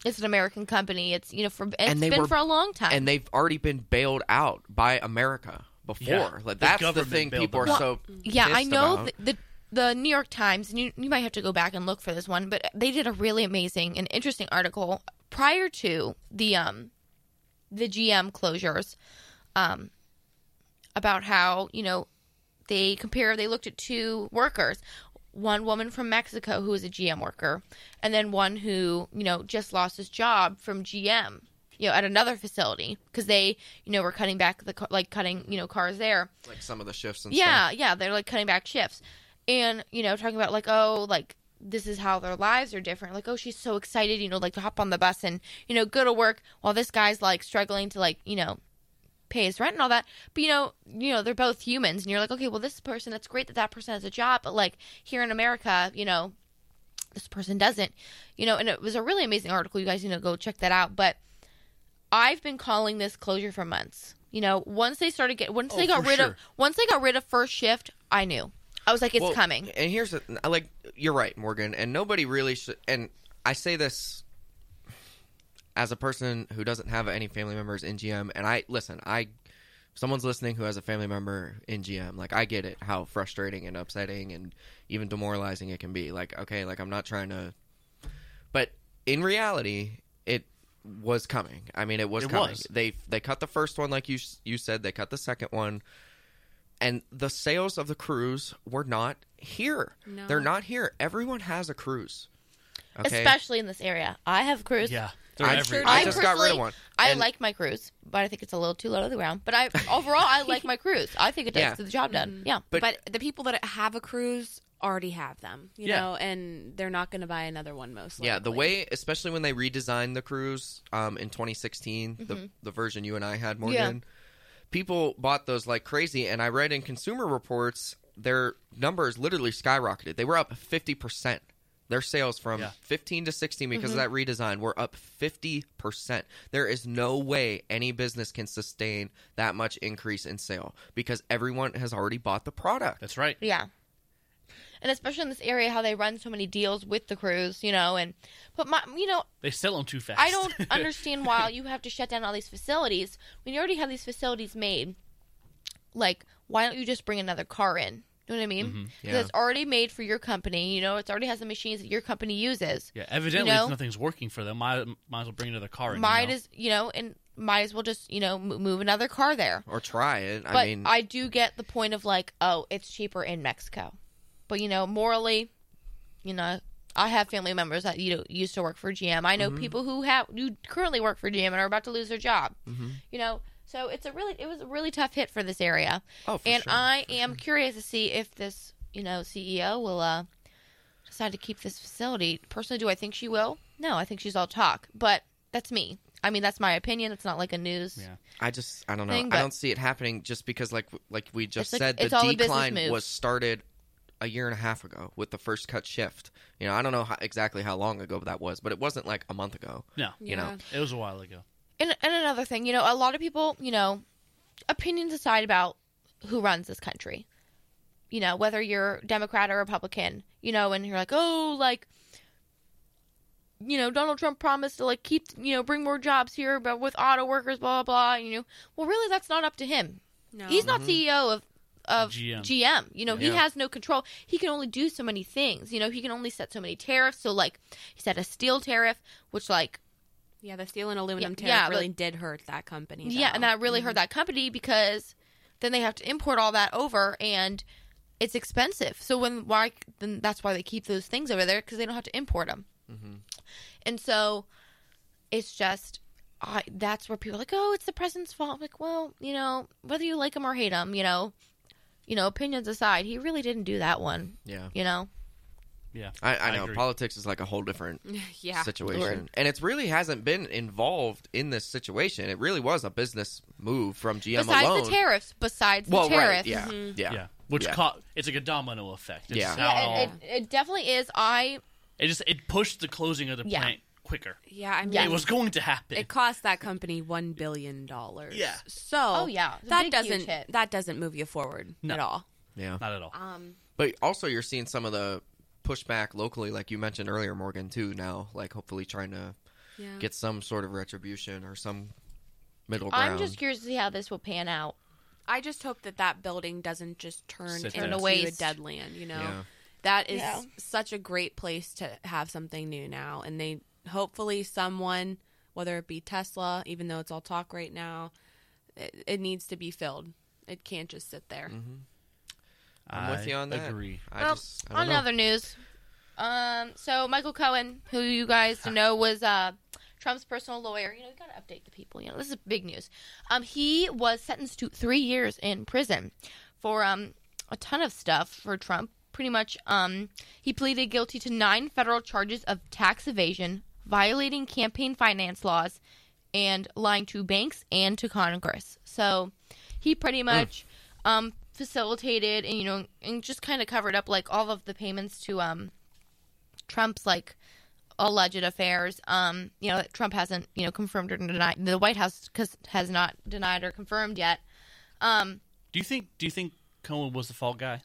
S3: it's an american company it's you know for it's
S2: And they
S3: been
S2: were-
S3: for a long time
S2: and they've already been bailed out by America before.
S1: Yeah,
S2: Like,
S1: the
S2: that's the,
S1: government
S2: thing
S1: bailed
S2: people are
S1: them out.
S2: so
S3: yeah i
S2: pissed
S3: know
S2: about.
S3: the, the the new york times and you, you might have to go back and look for this one but they did a really amazing and interesting article prior to the um the gm closures um about how you know they compare they looked at two workers one woman from mexico who was a gm worker and then one who you know just lost his job from gm you know at another facility because they you know were cutting back the ca- like cutting you know cars there
S2: like some of the shifts and
S3: yeah,
S2: stuff.
S3: yeah, they're like cutting back shifts, and you know, talking about like, oh, like this is how their lives are different. Like, oh, she's so excited, you know, like to hop on the bus and you know go to work, while this guy's like struggling to like you know pay his rent and all that. But you know, you know, they're both humans, and you're like, okay, well, this person, that's great that that person has a job, but like here in America, you know, this person doesn't, you know. And it was a really amazing article. You guys, you know, go check that out. But I've been calling this closure for months. You know, once they started get, once
S1: Oh,
S3: they got
S1: for
S3: rid of,
S1: sure.
S3: once they got rid of first shift, I knew. I was like, it's
S2: Well,
S3: coming.
S2: And here's the I like you're right, Morgan. And nobody really should. And I say this as a person who doesn't have any family members in GM. And I listen. I if someone's listening who has a family member in GM. Like I get it. How frustrating and upsetting and even demoralizing it can be. Like okay, like I'm not trying to. But in reality, it was coming. I mean, it was
S1: It
S2: coming.
S1: was.
S2: They they cut the first one, like you s- you said. They cut the second one and the sales of the cruise were not here.
S4: No.
S2: They're not here. Everyone has a cruise. Okay.
S3: especially in this area. I have cruised.
S1: Yeah, they're
S2: I,
S1: everywhere.
S2: I just got rid of
S3: personally-
S2: one.
S3: I
S2: And-
S3: like my cruise, but I think it's a little too low to the ground. But I overall, I like my cruise. I think it does
S2: Yeah.
S3: do the job done. Yeah,
S2: But-
S4: But, the people that have a cruise already have them, you
S1: Yeah.
S4: know, and they're not going to buy another one most likely.
S2: Yeah, the way, especially when they redesigned the cruise um, in 2016,
S3: Mm-hmm.
S2: the, the version you and I had, Morgan, people bought those like crazy. And I read in Consumer Reports, their numbers literally skyrocketed. They were up 50%. Their sales from
S1: Yeah.
S2: 15 to 16 because
S3: Mm-hmm.
S2: of that redesign were up 50%. There is no way any business can sustain that much increase in sale because everyone has already bought the product.
S1: That's right.
S3: yeah. And especially in this area, how they run so many deals with the cruise, you know. And but my, you know,
S1: They sell them too fast.
S3: I don't understand why you have to shut down all these facilities when you already have these facilities made. Like, why don't you just bring another car in? You know what I mean?
S1: Mm-hmm.
S3: Because
S2: Yeah.
S3: it's already made for your company. You know, it's already has the machines that your company uses.
S1: yeah, evidently,
S3: You know?
S1: if nothing's working for them, might, might as well bring another car in. you
S3: might
S1: know?
S3: as you know, and might as well just you know m- move another car there.
S2: Or try it.
S3: But
S2: I
S3: I,
S2: mean,
S3: do get the point of like, oh, it's cheaper in Mexico, but you know, morally, you know, I have family members that you know used to work for GM. I know
S2: Mm-hmm.
S3: people who have who currently work for GM and are about to lose their job.
S2: Mm-hmm.
S3: You know, so it's a really it was a really tough hit for this area,
S2: oh, for
S3: and
S2: sure.
S3: I am curious to see if this you know CEO will uh decide to keep this facility. Personally, do I think she will? No, I think she's all talk, but that's me. I mean, that's my opinion. It's not like a news.
S1: Yeah.
S2: I just I don't know.
S3: thing,
S2: I
S3: but-
S2: don't see it happening just because like like we just
S3: It's like-
S2: said
S3: it's
S2: the
S3: all a business
S2: decline
S3: move.
S2: was started a year and a half ago with the first cut shift. You know, I don't know how, exactly how long ago that was, but it wasn't like a month ago.
S1: No,
S2: You know,
S1: it was a while ago.
S3: And, and another thing, you know, a lot of people, you know, opinions aside about who runs this country, you know, whether you're Democrat or Republican, you know, and you're like, oh, like, you know, Donald Trump promised to like keep, you know, bring more jobs here, but with auto workers, blah blah. blah you know, well, really, that's not up to him.
S4: No.
S3: He's not CEO of of
S1: GM.
S3: GM. You know, he
S2: Yeah.
S3: has no control. He can only do so many things. You know, he can only set so many tariffs. So like, he set a steel tariff, which like
S4: Yeah, the steel and aluminum
S3: Yeah,
S4: tariff
S3: yeah,
S4: really did hurt that company.
S3: Yeah, and
S4: though.
S3: that
S4: Mm-hmm.
S3: really hurt that company because then they have to import all that over, and it's expensive. So when why then that's why they keep those things over there because they don't have to import them.
S1: Mm-hmm.
S3: And so it's just I that's where people are like, oh, it's the president's fault. I'm like, well, you know, whether you like him or hate him, you know, you know, opinions aside, he really didn't do that one.
S2: Yeah,
S3: You know,
S1: Yeah,
S2: I, I, know
S1: agree.
S2: politics is like a whole different
S4: yeah.
S2: situation,
S3: Lord.
S2: and it's really hasn't been involved in this situation. It really was a business move from GM
S3: besides
S2: alone.
S3: the tariffs, besides the Mm-hmm.
S2: well,
S3: tariffs,
S2: right? Yeah, yeah,
S1: Yeah, which
S2: Yeah.
S1: caught it's like a domino effect. It's
S2: Yeah.
S1: yeah,
S2: Yeah,
S3: Yeah, it, it, it definitely is. I
S1: it just it pushed the closing of the
S3: Yeah.
S1: plant quicker.
S4: Yeah, I mean,
S1: It was going to happen.
S4: it cost that company one billion dollars.
S1: Yeah.
S4: So
S3: Oh, yeah. It's a
S4: that
S3: big, huge
S4: doesn't
S3: hit.
S4: that doesn't move you forward
S1: No.
S4: at all.
S2: yeah.
S1: Not at all.
S4: Um,
S2: But also, you're seeing some of the pushback locally, like you mentioned earlier, Morgan. Too now, like hopefully trying to
S4: yeah.
S2: get some sort of retribution or some middle ground.
S3: I'm just curious to see how this will pan out.
S4: I just hope that that building doesn't just turn
S1: Sit
S4: into
S1: down.
S4: a
S3: Waste.
S4: dead land. You know,
S2: Yeah.
S4: that is
S3: Yeah.
S4: such a great place to have something new now, and they hopefully someone, whether it be Tesla, even though it's all talk right now, it, it needs to be filled. It can't just sit there.
S2: I'm with
S1: I
S2: you on that.
S1: Agree.
S2: I
S3: Well,
S2: just I
S3: on
S2: don't know.
S3: other news, um, so Michael Cohen, who you guys know was uh, Trump's personal lawyer, you know, we gotta update the people. You know, this is big news. Um, he was sentenced to three years in prison for um a ton of stuff for Trump. Pretty much, um, he pleaded guilty to nine federal charges of tax evasion, violating campaign finance laws, and lying to banks and to Congress. So he pretty much um, facilitated and you know and just kind of covered up like all of the payments to um, Trump's like alleged affairs. Um, you know that Trump hasn't you know confirmed or denied. The White House cause has not denied or confirmed yet. Um,
S1: Do you think? Do you think Cohen was the fault guy?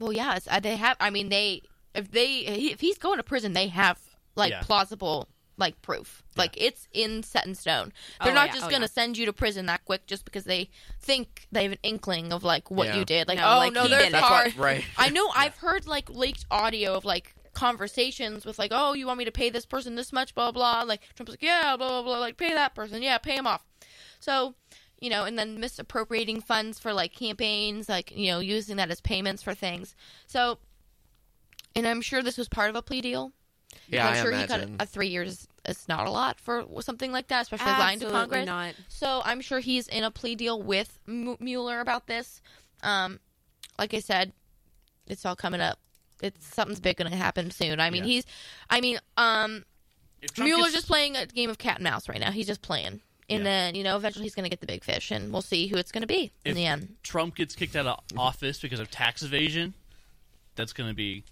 S3: well, yeah, it's, uh, they have. I mean, they if they if he's going to prison, they have like
S1: Yeah.
S3: plausible like proof. Like it's in set in stone. They're
S4: Oh,
S3: not
S4: yeah.
S3: just
S4: Oh,
S3: gonna
S4: yeah.
S3: send you to prison that quick just because they think they have an inkling of like what
S2: Yeah.
S3: you did. Like,
S4: No,
S3: oh
S4: like,
S3: no,
S4: he
S3: there's
S4: did it.
S2: That's why-
S3: hard.
S2: right.
S3: I know I've heard like leaked audio of like conversations with like, oh, you want me to pay this person this much, blah blah. Like Trump's like, yeah, blah blah blah. Like pay that person, yeah, pay him off. So, you know, and then misappropriating funds for like campaigns, like, you know, using that as payments for things. So, and I'm sure this was part of a plea deal.
S2: Yeah,
S3: I'm
S2: I
S3: sure he
S2: imagine.
S3: got a three years. It's not a lot for something like that, especially lying to Congress.
S4: Absolutely not.
S3: So I'm sure he's in a plea deal with M- Mueller about this. Um, like I said, it's all coming up. It's something's big going to happen soon. I mean,
S1: Yeah.
S3: he's, I mean, um,
S1: If Trump
S3: Mueller's
S1: gets-
S3: just playing a game of cat and mouse right now. He's just playing, and
S1: Yeah.
S3: then you know eventually he's going to get the big fish, and we'll see who it's going to be in
S1: If-
S3: the end.
S1: Trump gets kicked out of office because of tax evasion, that's going to be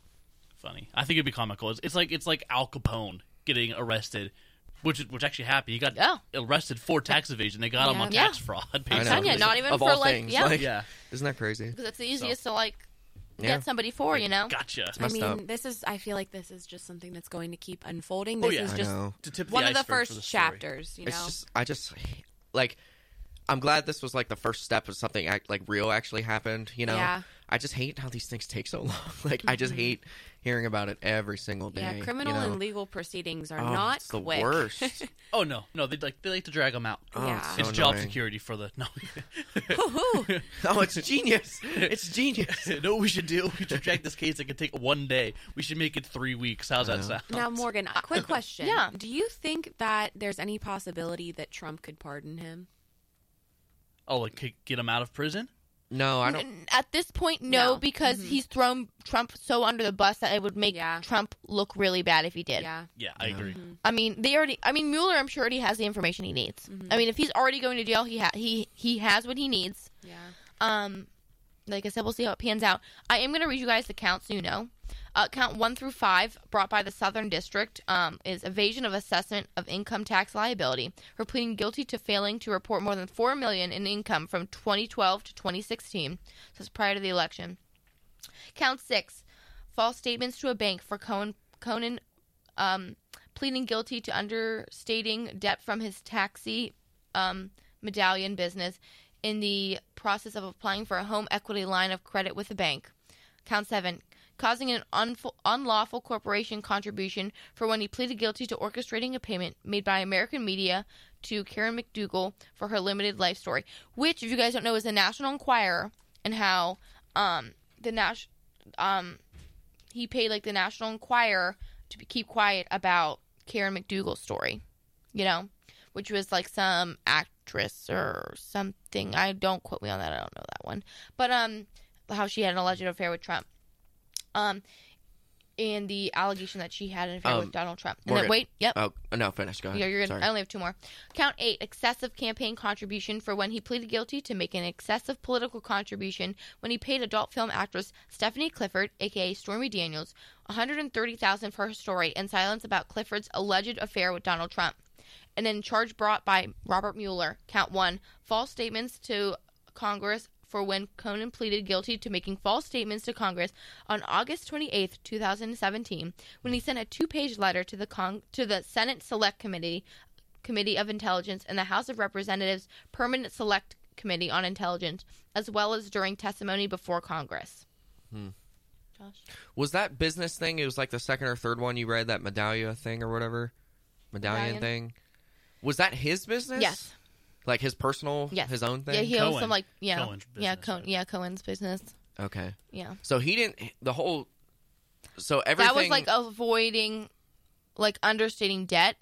S1: funny. I think it'd be comical. It's, it's like it's like Al Capone getting arrested, which which actually happened. He got
S3: Yeah.
S1: arrested for tax evasion. They got him on
S3: Yeah.
S1: tax fraud.
S2: I know.
S1: basically.
S3: Tanya, not even
S2: of
S3: for,
S2: all
S3: like-
S2: things.
S3: yeah.
S1: Yeah.
S2: Isn't that crazy?
S3: Because it's the easiest to like get
S2: Yeah.
S3: somebody for, you know.
S1: Gotcha.
S4: I
S2: messed
S4: mean,
S2: up.
S4: this is. I feel like this is just something that's going to keep unfolding.
S1: Oh,
S4: This
S1: yeah.
S4: is
S1: I
S4: just
S2: know.
S1: To tip
S4: one of the
S1: iceberg for story.
S4: first chapters. You know,
S2: It's just I just like I'm glad this was like the first step of something act, like real actually happened. You know,
S4: Yeah. Mm-hmm.
S2: I just hate how these things take so long. like I just hate hearing about it every single day.
S4: yeah,
S2: you
S4: criminal
S2: know?
S4: and legal proceedings are
S2: Oh,
S4: not
S2: it's the
S4: quick.
S2: worst.
S1: Oh no, no, they like they like to drag them out.
S2: Oh,
S4: Yeah.
S1: it's
S2: so
S1: job
S2: annoying.
S1: security for the no.
S4: Woohoo.
S2: Oh, it's genius! It's genius.
S1: no, what we should do. We should drag this case. It could take one day. We should make it three weeks. How's that
S2: know.
S1: sound?
S4: now, Morgan, a quick question.
S3: Yeah.
S4: Do you think that there's any possibility that Trump could pardon him?
S1: Oh, like kick- get him out of prison.
S2: No, I don't.
S3: N- At this point, no,
S4: No.
S3: because
S1: Mm-hmm.
S3: he's thrown Trump so under the bus that it would make
S4: Yeah.
S3: Trump look really bad if he did.
S4: Yeah.
S1: Yeah, I
S2: No.
S1: agree.
S3: I mean, they already. I mean, Mueller, I'm sure already has the information he needs. I mean, if he's already going to jail, he ha- he he has what he needs.
S4: Yeah.
S3: Um, like I said, we'll see how it pans out. I am going to read you guys the counts, so you know. Uh, count one through five, brought by the Southern District, um, is evasion of assessment of income tax liability for pleading guilty to failing to report more than four million in income from 2012 to 2016, so it's prior to the election. Count six, false statements to a bank for Cohen Conan um, pleading guilty to understating debt from his taxi um, medallion business in the process of applying for a home equity line of credit with a bank. Count seven, causing an unf- unlawful corporation contribution for when he pleaded guilty to orchestrating a payment made by American media to Karen McDougal for her limited life story, which, if you guys don't know, is the National Enquirer and how um, the Nash um, he paid like the National Enquirer to be, keep quiet about Karen McDougal's story, you know, which was like some actress or something. I don't quote me on that. I don't know that one, but um, how she had an alleged affair with Trump, um, and the allegation that she had an affair
S2: Um,
S3: with Donald Trump. And
S2: Morgan.
S3: then, wait, yep.
S2: Oh no, finish. Go ahead.
S3: Yeah, you're
S2: Sorry.
S3: gonna, I only have two more. Count eight, excessive campaign contribution for when he pleaded guilty to make an excessive political contribution when he paid adult film actress Stephanie Clifford, aka Stormy Daniels, 130,000 for her story and silence about Clifford's alleged affair with Donald Trump. And then charge brought by Robert Mueller, count one, false statements to Congress for when Conan pleaded guilty to making false statements to Congress on August 28, 2017, when he sent a two-page letter to the Cong- to the Senate Select Committee Committee of Intelligence and the House of Representatives Permanent Select Committee on Intelligence, as well as during testimony before Congress.
S2: Hmm.
S3: Josh,
S2: Was that business thing? It was like the second or third one you read that medallia thing or whatever, medallion,
S3: Medallion.
S2: thing. Was that his business?
S3: Yes.
S2: Like his personal,
S3: Yes.
S2: his own thing.
S3: yeah, he owns
S1: Cohen.
S3: some like yeah,
S1: Cohen's
S3: yeah,
S1: business,
S3: Cohen,
S1: right?
S3: yeah, Cohen's business,
S2: okay.
S3: yeah.
S2: So he didn't. The whole. So everything.
S3: That was like avoiding, like understating debt.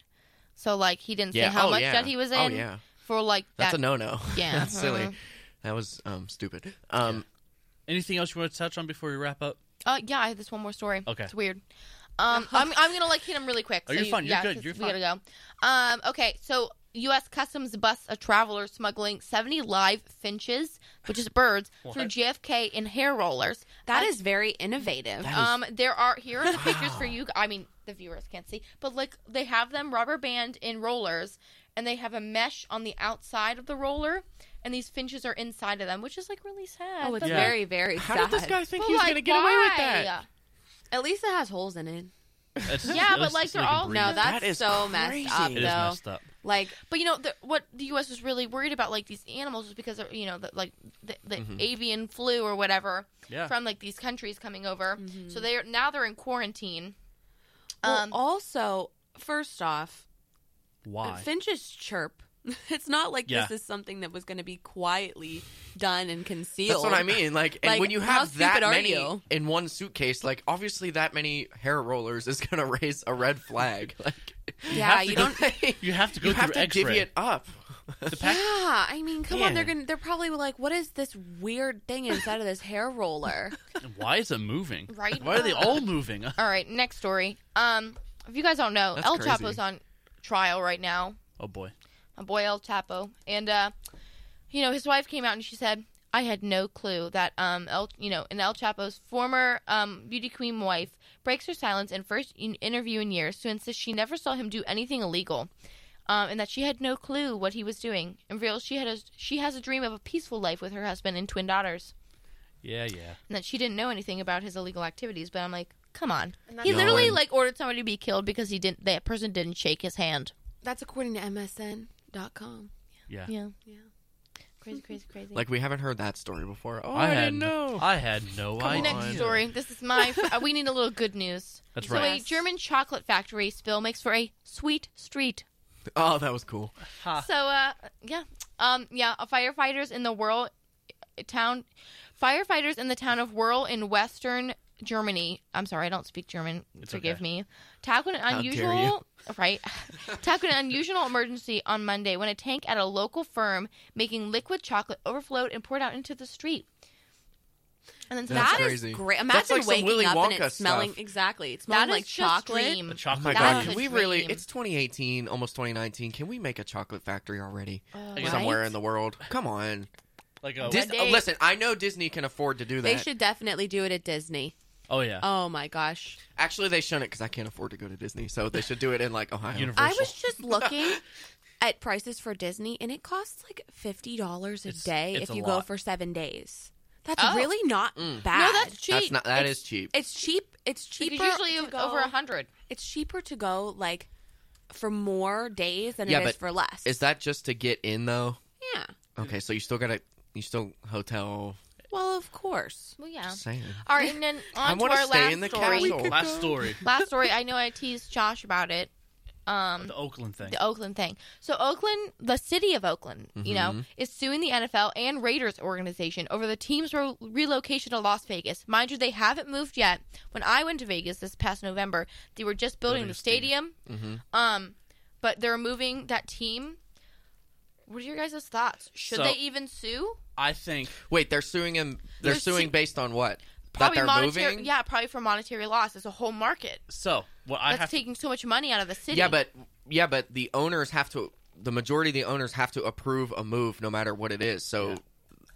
S3: So like he didn't say
S2: Yeah.
S3: how
S2: Oh,
S3: much
S2: yeah.
S3: debt he was in
S2: Oh, yeah.
S3: for like
S2: That's
S3: that.
S2: a no no.
S3: Yeah.
S2: That's silly.
S3: Uh-huh.
S2: That was um stupid. Um
S1: Anything else you want to touch on before we wrap up?
S3: Uh, yeah, I have this one more story.
S1: Okay.
S3: it's weird. Um, I'm, I'm gonna like hit him really quick.
S1: Oh, you're
S3: you-
S1: fine. You're
S3: yeah,
S1: good.
S3: 'cause
S1: You're
S3: We gotta go. Um, okay, so U.S. Customs busts a traveler smuggling 70 live finches, which is birds, through
S1: What?
S3: JFK in hair rollers.
S4: That
S3: I-
S4: is very innovative.
S2: That is-
S3: Um, there are here are the pictures for you. I mean, the viewers can't see, but like they have them rubber band in rollers, and they have a mesh on the outside of the roller, and these finches are inside of them, which is like really sad.
S4: oh, it's
S3: but,
S1: Yeah.
S4: very, very
S2: how
S4: sad.
S2: did this guy think
S3: but,
S2: he was
S3: like,
S2: gonna get away with
S3: why?
S2: that?
S4: At least it has holes in it.
S1: That's-
S3: Yeah, but,
S1: that's
S3: like,
S1: so
S3: they're
S1: they can
S3: all-
S1: breathe.
S4: No, Oh, that's
S2: That is
S4: so
S2: crazy.
S4: messed up,
S1: it is
S4: though.
S1: messed up.
S4: Like,
S3: But you know the, what the U.S. was really worried about, like these animals, was because of, you know, the, like the, the avian flu or whatever
S1: Mm-hmm. Yeah.
S3: from like these countries coming over. So they're now they're in quarantine.
S4: well,
S3: Um,
S4: also, first off,
S1: Why?
S4: finches chirp. It's not like
S1: Yeah.
S4: this is something that was going to be quietly done and concealed.
S2: That's what I mean. Like, and
S4: Like,
S2: when you
S4: how
S2: have that
S4: stupid are
S2: many
S4: you?
S2: in one suitcase, like obviously that many hair rollers is gonna raise a red flag. Like,
S4: Yeah,
S1: have to
S4: Ah, you
S1: go-
S4: don't.
S1: You have to go
S2: you have
S1: through
S2: to
S1: X-ray.
S2: divvy it up.
S1: The pack-
S4: yeah, I mean, come on, they're
S1: Man.
S4: gonna. They're probably like, "What is this weird thing inside of this hair roller?"
S1: Why is it moving?
S3: Right
S1: Why are they
S3: now.
S1: all moving?
S3: All right, next story. Um, if you guys don't know,
S2: That's
S3: El
S2: crazy.
S3: Chapo's on trial right now.
S1: Oh boy.
S3: My boy El Chapo, and uh, you know his wife came out and she said, "I had no clue that um, El, you know, and El Chapo's former um beauty queen wife breaks her silence in first in- interview in years to insist she never saw him do anything illegal." Um, and that she had no clue what he was doing, and real she had a she has a dream of a peaceful life with her husband and twin daughters,
S1: Yeah, yeah.
S3: and that she didn't know anything about his illegal activities. But I'm like, come on,
S4: And
S3: he
S4: that's-
S3: literally
S2: Yawn.
S3: like ordered somebody to be killed because he didn't that person didn't shake his hand.
S4: That's according to MSN.com.
S1: Yeah.
S3: Yeah,
S4: Yeah.
S3: crazy, crazy, crazy.
S2: Like, we haven't heard that story before. Oh,
S1: I,
S2: I,
S1: had
S2: didn't know.
S1: I had no
S2: on.
S1: idea.
S3: Next story. This is my. uh, we need a little good news.
S1: That's
S3: so
S1: right.
S3: a German chocolate factory spill makes for a sweet street.
S2: oh, that was cool.
S1: Ha.
S3: So, uh, yeah, um, yeah, firefighters in the Whirl town, firefighters in the town of Whirl in western Germany. I'm sorry, I don't speak German.
S1: It's
S3: forgive
S1: okay.
S3: me. Tackled an
S2: How dare
S3: unusual right, tackled an unusual emergency on Monday when a tank at a local firm making liquid chocolate overflowed and poured out into the street. And then
S2: That's
S4: That's
S2: crazy.
S4: great.
S2: That's
S4: Imagine
S2: like some
S4: waking
S2: Willy
S4: up
S2: Wonka
S4: and
S2: stuff.
S4: it's smelling exactly. It's
S3: that
S4: smelling
S3: is
S4: like
S3: just
S4: chocolate.
S3: dream.
S1: The
S2: Oh
S1: chocolate.
S2: my
S3: That
S2: god,
S1: factory.
S3: was
S2: can
S3: a
S2: we really?
S3: dream.
S2: It's 2018, almost 2019. Can we make a chocolate factory already
S3: Oh,
S1: Right?
S2: somewhere in the world? Come on,
S1: Like a,
S2: Dis- oh,
S3: day-
S2: listen. I know Disney can afford to do that.
S4: They should definitely do it at Disney.
S1: oh yeah.
S4: Oh my gosh.
S2: Actually, they shouldn't because I can't afford to go to Disney. So they should do it in like Ohio.
S1: Universal.
S4: I was just looking at prices for Disney and it costs like $50 a
S1: It's-
S4: day
S1: it's
S4: if
S1: a
S4: you
S1: lot.
S4: go for 7 days. That's
S3: Oh.
S4: really not
S2: Mm.
S3: No,
S4: bad.
S3: that's cheap.
S2: That's not. That
S4: It's-
S2: is cheap.
S4: it's cheap. It's
S3: Because
S4: cheaper
S3: usually o-
S4: to go,
S3: over a hundred.
S4: It's cheaper to go like for more days than
S2: Yeah,
S4: it is
S2: but
S4: for less.
S2: Is that just to get in though?
S4: yeah.
S2: Okay, so you still gotta. You still hotel.
S4: Well, of course.
S3: Well, yeah.
S2: Just saying.
S3: All right, and then
S2: I
S3: Oh. on to
S2: wanna
S3: our
S2: stay
S3: last
S2: in the
S3: story.
S2: castle.
S1: Last story.
S3: Last story. I know I teased Josh about it. Um,
S1: The Oakland thing.
S3: the Oakland thing. So Oakland, the city of Oakland, you
S2: Mm-hmm.
S3: know, is suing the NFL and Raiders organization over the team's re- relocation to Las Vegas. Mind you, they haven't moved yet. When I went to Vegas this past November, they were just building,
S1: Building
S3: the
S1: a stadium.
S3: stadium.
S2: Mm-hmm.
S3: Um, but they're moving that team. What are your guys' thoughts? Should
S1: So-
S3: they even sue?
S1: I think
S2: Wait, they're suing him. They're,
S3: They're su-
S2: suing based on what?
S3: Probably
S2: that they're
S3: monetary.
S2: moving.
S3: Yeah, probably for monetary loss. It's a whole market.
S1: so. What I
S3: that's
S1: have to
S3: taking so much money out of the city.
S2: Yeah, but yeah, but the owners have to. The majority of the owners have to approve a move, no matter what it is. So
S1: Yeah.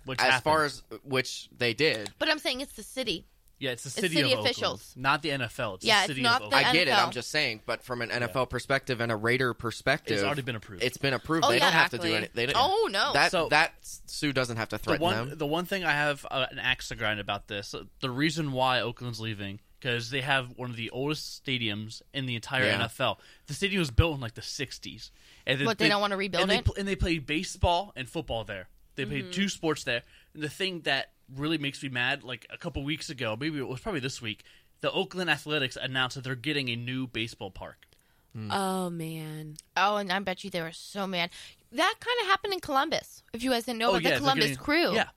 S1: which
S2: as
S1: happened.
S2: far as which they did,
S3: But I'm saying it's the city.
S1: yeah, it's the
S3: the
S1: city,
S3: city
S1: of
S3: officials.
S1: Oakland, not the NFL. It's
S3: Yeah,
S1: the
S3: it's
S1: city
S3: not
S1: of
S3: the-
S1: Oakland.
S2: I get it.
S3: NFL.
S2: I'm just saying. But from an NFL perspective and a Raider perspective,
S1: It's already been approved.
S2: It's been approved.
S3: Oh,
S2: they
S3: yeah,
S2: don't have to do
S4: exactly.
S2: anything. They don't.
S3: Oh no.
S2: That
S1: So-
S2: that Sue doesn't have to
S1: the
S2: threaten
S1: one.
S2: them.
S1: The one thing I have uh, an axe to grind about this. uh, The reason why Oakland's leaving because they have one of the oldest stadiums in the entire
S2: Yeah.
S1: NFL. The stadium was built in like the '60s, and then
S3: What, they don't wanna rebuild
S1: and they
S3: it? Mm-hmm.
S1: pl- and they play baseball and football there. They play two sports there. And the thing that really makes me mad, like a couple weeks ago, maybe it was probably this week, the Oakland Athletics announced that they're getting a new baseball park.
S2: Hmm.
S4: Oh man.
S3: oh, and I bet you they were so mad. That kind of happened in Columbus. If you guys didn't know
S1: oh
S3: about
S1: yeah,
S3: the
S1: they're
S3: Columbus
S1: getting-
S3: crew.
S1: Yeah,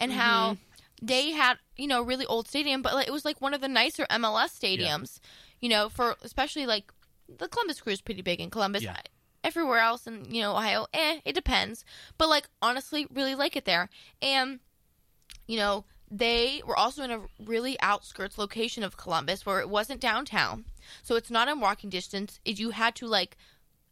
S3: And how
S1: Mm-hmm.
S3: they had, you know, really old stadium, but like, it was like one of the nicer MLS stadiums, you know, for especially like the Columbus crew is pretty big in Columbus.
S1: Yeah.
S3: Everywhere else in, you know, Ohio, eh, it depends. But like honestly, really like it there. And you know, they were also in a really outskirts location of Columbus where it wasn't downtown. So it's not in walking distance. It, you had to like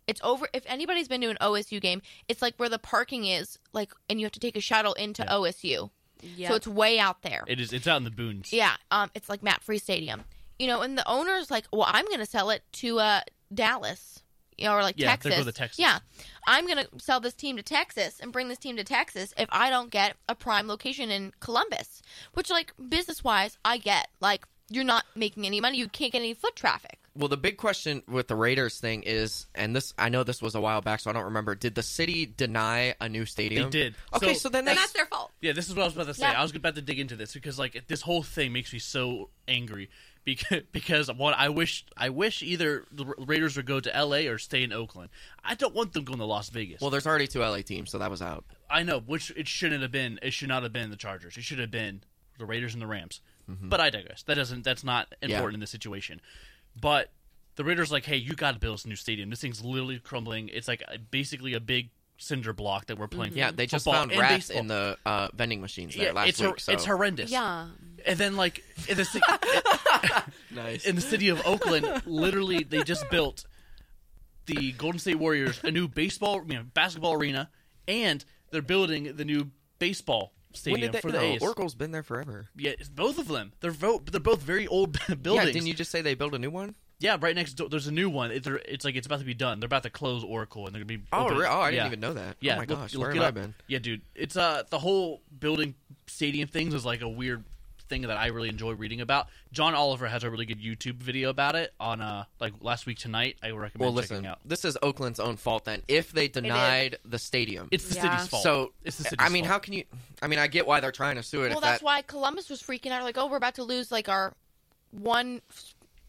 S3: it's over if anybody's been to an OSU game, it's like where the parking is, like and you have to take a shuttle into
S1: Yeah.
S3: OSU.
S4: Yeah.
S3: So it's way out there.
S1: it is. It's out in the boons.
S3: yeah. Um it's like Matt Free Stadium. You know, and the owner's like, Well, I'm gonna sell it to uh Dallas. You know, or like
S1: Yeah, they're
S3: Texas.
S1: going to Texas.
S3: Yeah. I'm gonna sell this team to Texas and bring this team to Texas if I don't get a prime location in Columbus. Which like business wise I get. Like you're not making any money, you can't get any foot traffic.
S2: well, the big question with the Raiders thing is, and this I know this was a while back, so I don't remember. Did the city deny a new stadium?
S1: did.
S2: Okay,
S1: So-
S2: so, then
S4: Then
S2: that's,
S4: that's their fault.
S1: Yeah, this is what I was about to say.
S3: Yeah.
S1: I was about to dig into this because like this whole thing makes me so angry because because what I wish I wish either the Ra- Raiders would go to L.A. or stay in Oakland. I don't want them going to Las Vegas.
S2: well. There's already two LA teams, so that was out.
S1: I know which it shouldn't have been. It should not have been the Chargers. It should have been the Raiders and the Rams.
S2: Mm-hmm.
S1: But I digress. That doesn't. That's not important in this situation. But the Raiders like, hey, you got to build this new stadium. This thing's literally crumbling. It's like a- basically a big cinder block that we're playing. Mm-hmm.
S2: Yeah, they just
S1: football
S2: found
S1: and
S2: rats
S1: baseball.
S2: in the uh, vending machines there
S1: Yeah,
S2: last
S1: it's hor-
S2: week. so
S1: it's horrendous.
S4: Yeah.
S1: And then like in the, ci-
S2: nice.
S1: in the city of Oakland, literally they just built the Golden State Warriors a new baseball, you know, basketball arena, and they're building the new baseball
S2: when
S1: stadium
S2: did they,
S1: for
S2: no,
S1: the A's.
S2: Oracle's been there forever.
S1: yeah, it's both of them. They're vo- they're both very old buildings.
S2: Yeah, didn't you just say they built a new one?
S1: Yeah, right next door. There's a new one. It, they're- it's like it's about to be done. They're about to close Oracle, and they're gonna be.
S2: Oh,
S1: open-
S2: re- oh I
S1: yeah.
S2: didn't even know that.
S1: Yeah,
S2: oh my
S1: look-
S2: gosh,
S1: look
S2: where
S1: it
S2: have I
S1: up.
S2: been?
S1: Yeah, dude, it's uh the whole building stadium things is like a weird thing that I really enjoy reading about. John Oliver has a really good YouTube video about it on uh like last week tonight. I would recommend
S2: Well, listen,
S1: checking out.
S2: this is Oakland's own fault then. If they denied the stadium,
S1: It's the
S4: Yeah.
S1: city's fault.
S2: so
S1: it's the city's
S2: I mean,
S1: fault.
S2: how can you? I mean, I get why they're trying to sue it.
S3: Well,
S2: if
S3: that's
S2: that,
S3: why Columbus was freaking out, like, oh, we're about to lose like our one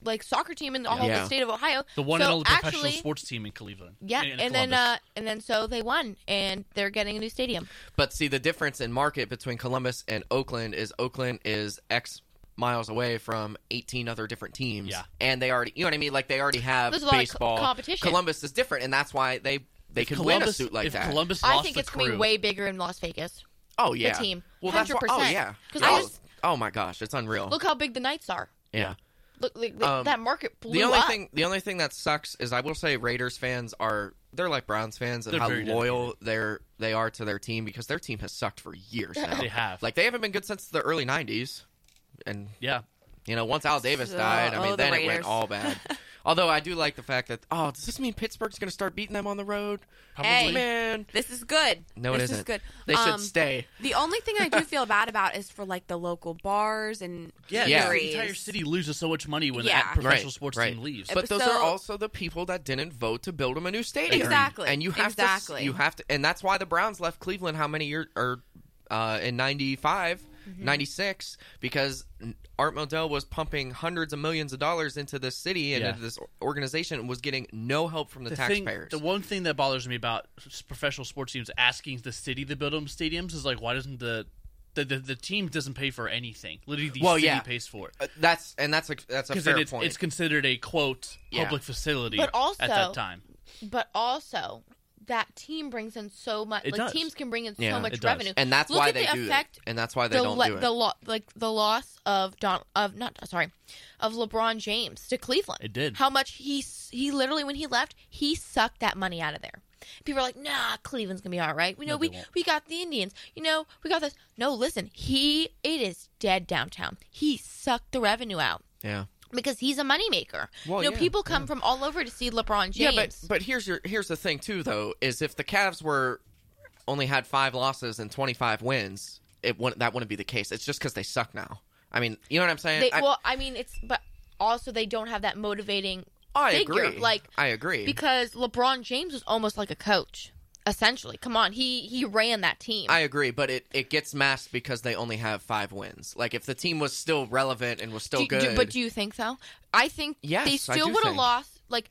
S3: like soccer team in the, all
S2: Yeah.
S3: the state of Ohio.
S1: the one
S3: so
S1: and only professional
S3: actually-
S1: sports team in Cleveland.
S3: Yeah,
S1: in- in
S3: and then
S1: Columbus.
S3: uh, and then so they won, and they're getting a new stadium.
S2: But see, the difference in market between Columbus and Oakland is Oakland is X miles away from 18 other different teams.
S1: Yeah.
S2: And they already, you know what I mean? Like they already have
S3: There's a lot of co-
S2: baseball.
S3: competition.
S2: Columbus is different, and that's why they they
S1: If
S2: could win a
S1: Columbus-
S2: suit like
S1: if
S2: that.
S1: Columbus
S3: I
S1: lost
S3: think
S1: the
S3: it's going to
S1: crew-
S3: be way bigger in Las Vegas.
S2: oh yeah,
S3: team.
S2: Well, that's why, oh
S3: 100%.
S2: yeah.
S3: 'Cause
S2: Oh,
S3: I just-
S2: oh my gosh, it's unreal.
S3: Look how big the Knights are.
S2: yeah.
S3: Look, like,
S2: Um,
S3: that market blew
S2: The only
S3: up.
S2: thing, the only thing that sucks is I will say Raiders fans are they're like Browns fans and
S1: They're
S2: how
S1: very
S2: loyal they're they are to their team because their team has sucked for years now.
S1: They have.
S2: like they haven't been good since the early '90s, and
S1: yeah,
S2: You know, once Al Davis
S4: So-
S2: died, I
S4: oh,
S2: mean,
S4: the
S2: then it went
S4: Raiders.
S2: all bad. Although I do like the fact that, oh, does this mean Pittsburgh's going to start beating them on the road?
S1: probably.
S4: Hey.
S2: Man,
S4: This is good.
S2: no, it
S4: this
S2: isn't.
S4: Is good.
S2: They
S4: Um,
S2: should stay.
S4: The only thing I do feel bad about is for like the local bars and
S1: Yeah,
S2: Yeah.
S1: the entire city loses so much money when
S4: Yeah.
S1: that professional
S2: Right,
S1: sports
S2: right.
S1: team leaves.
S2: But those
S4: So-
S2: are also the people that didn't vote to build them a new stadium.
S4: Exactly,
S2: And you have to.
S4: exactly.
S2: You have to, and that's why the Browns left Cleveland. How many years? Or uh, in 95,
S4: Mm-hmm.
S2: 96, because Art Modell was pumping hundreds of millions of dollars into this city and
S1: Yeah.
S2: into this organization, and was getting no help from the, taxpayers.
S1: Thing, the one thing that bothers me about s- professional sports teams asking the city to build them stadiums is like, why doesn't the the, the, the team doesn't pay for anything? Literally, the
S2: Well,
S1: city
S2: yeah.
S1: pays for it
S2: Uh, that's and that's a that's a
S1: because
S2: fair
S1: it's,
S2: point.
S1: it's considered a quote
S2: Yeah.
S1: public facility.
S3: But also-
S1: at that time,
S3: but also that team brings in so much.
S1: It
S3: like
S1: does.
S3: teams can bring in
S2: Yeah,
S3: so much
S1: it does.
S3: revenue,
S2: and that's
S3: Look
S2: why
S3: at
S2: they
S3: the
S2: do
S3: effect
S2: it, and that's why they
S3: the
S2: don't
S3: le-
S2: do it.
S3: the lo- like the loss of Don of not sorry of LeBron James to Cleveland.
S1: It did.
S3: how much he s- he literally when he left he sucked that money out of there. People are like, nah, Cleveland's gonna be all right. We know
S1: No, they
S3: we
S1: won't.
S3: we got the Indians. You know we got this. No, listen, he it is dead downtown. He sucked the revenue out.
S2: yeah,
S3: Because he's a moneymaker.
S2: Well,
S3: you know,
S2: yeah,
S3: people come from all over to see LeBron James.
S2: yeah. But but here's your here's the thing too though is if the Cavs were only had five losses and twenty five wins, it wouldn't that wouldn't be the case. It's just because they suck now. I mean, you know what I'm saying?
S3: They,
S2: I,
S3: well, I mean, it's but also they don't have that motivating
S2: I
S3: figure.
S2: agree.
S3: Like
S2: I agree.
S3: because LeBron James was almost like a coach, essentially. Come on, he he ran that team.
S2: I agree, but it, it gets masked because they only have five wins. Like if the team was still relevant and was still
S3: Do-
S2: good,
S3: do- but do you think so? I think
S2: Yes,
S3: they
S2: I
S3: still
S2: do
S3: would have
S2: think.
S3: lost. Like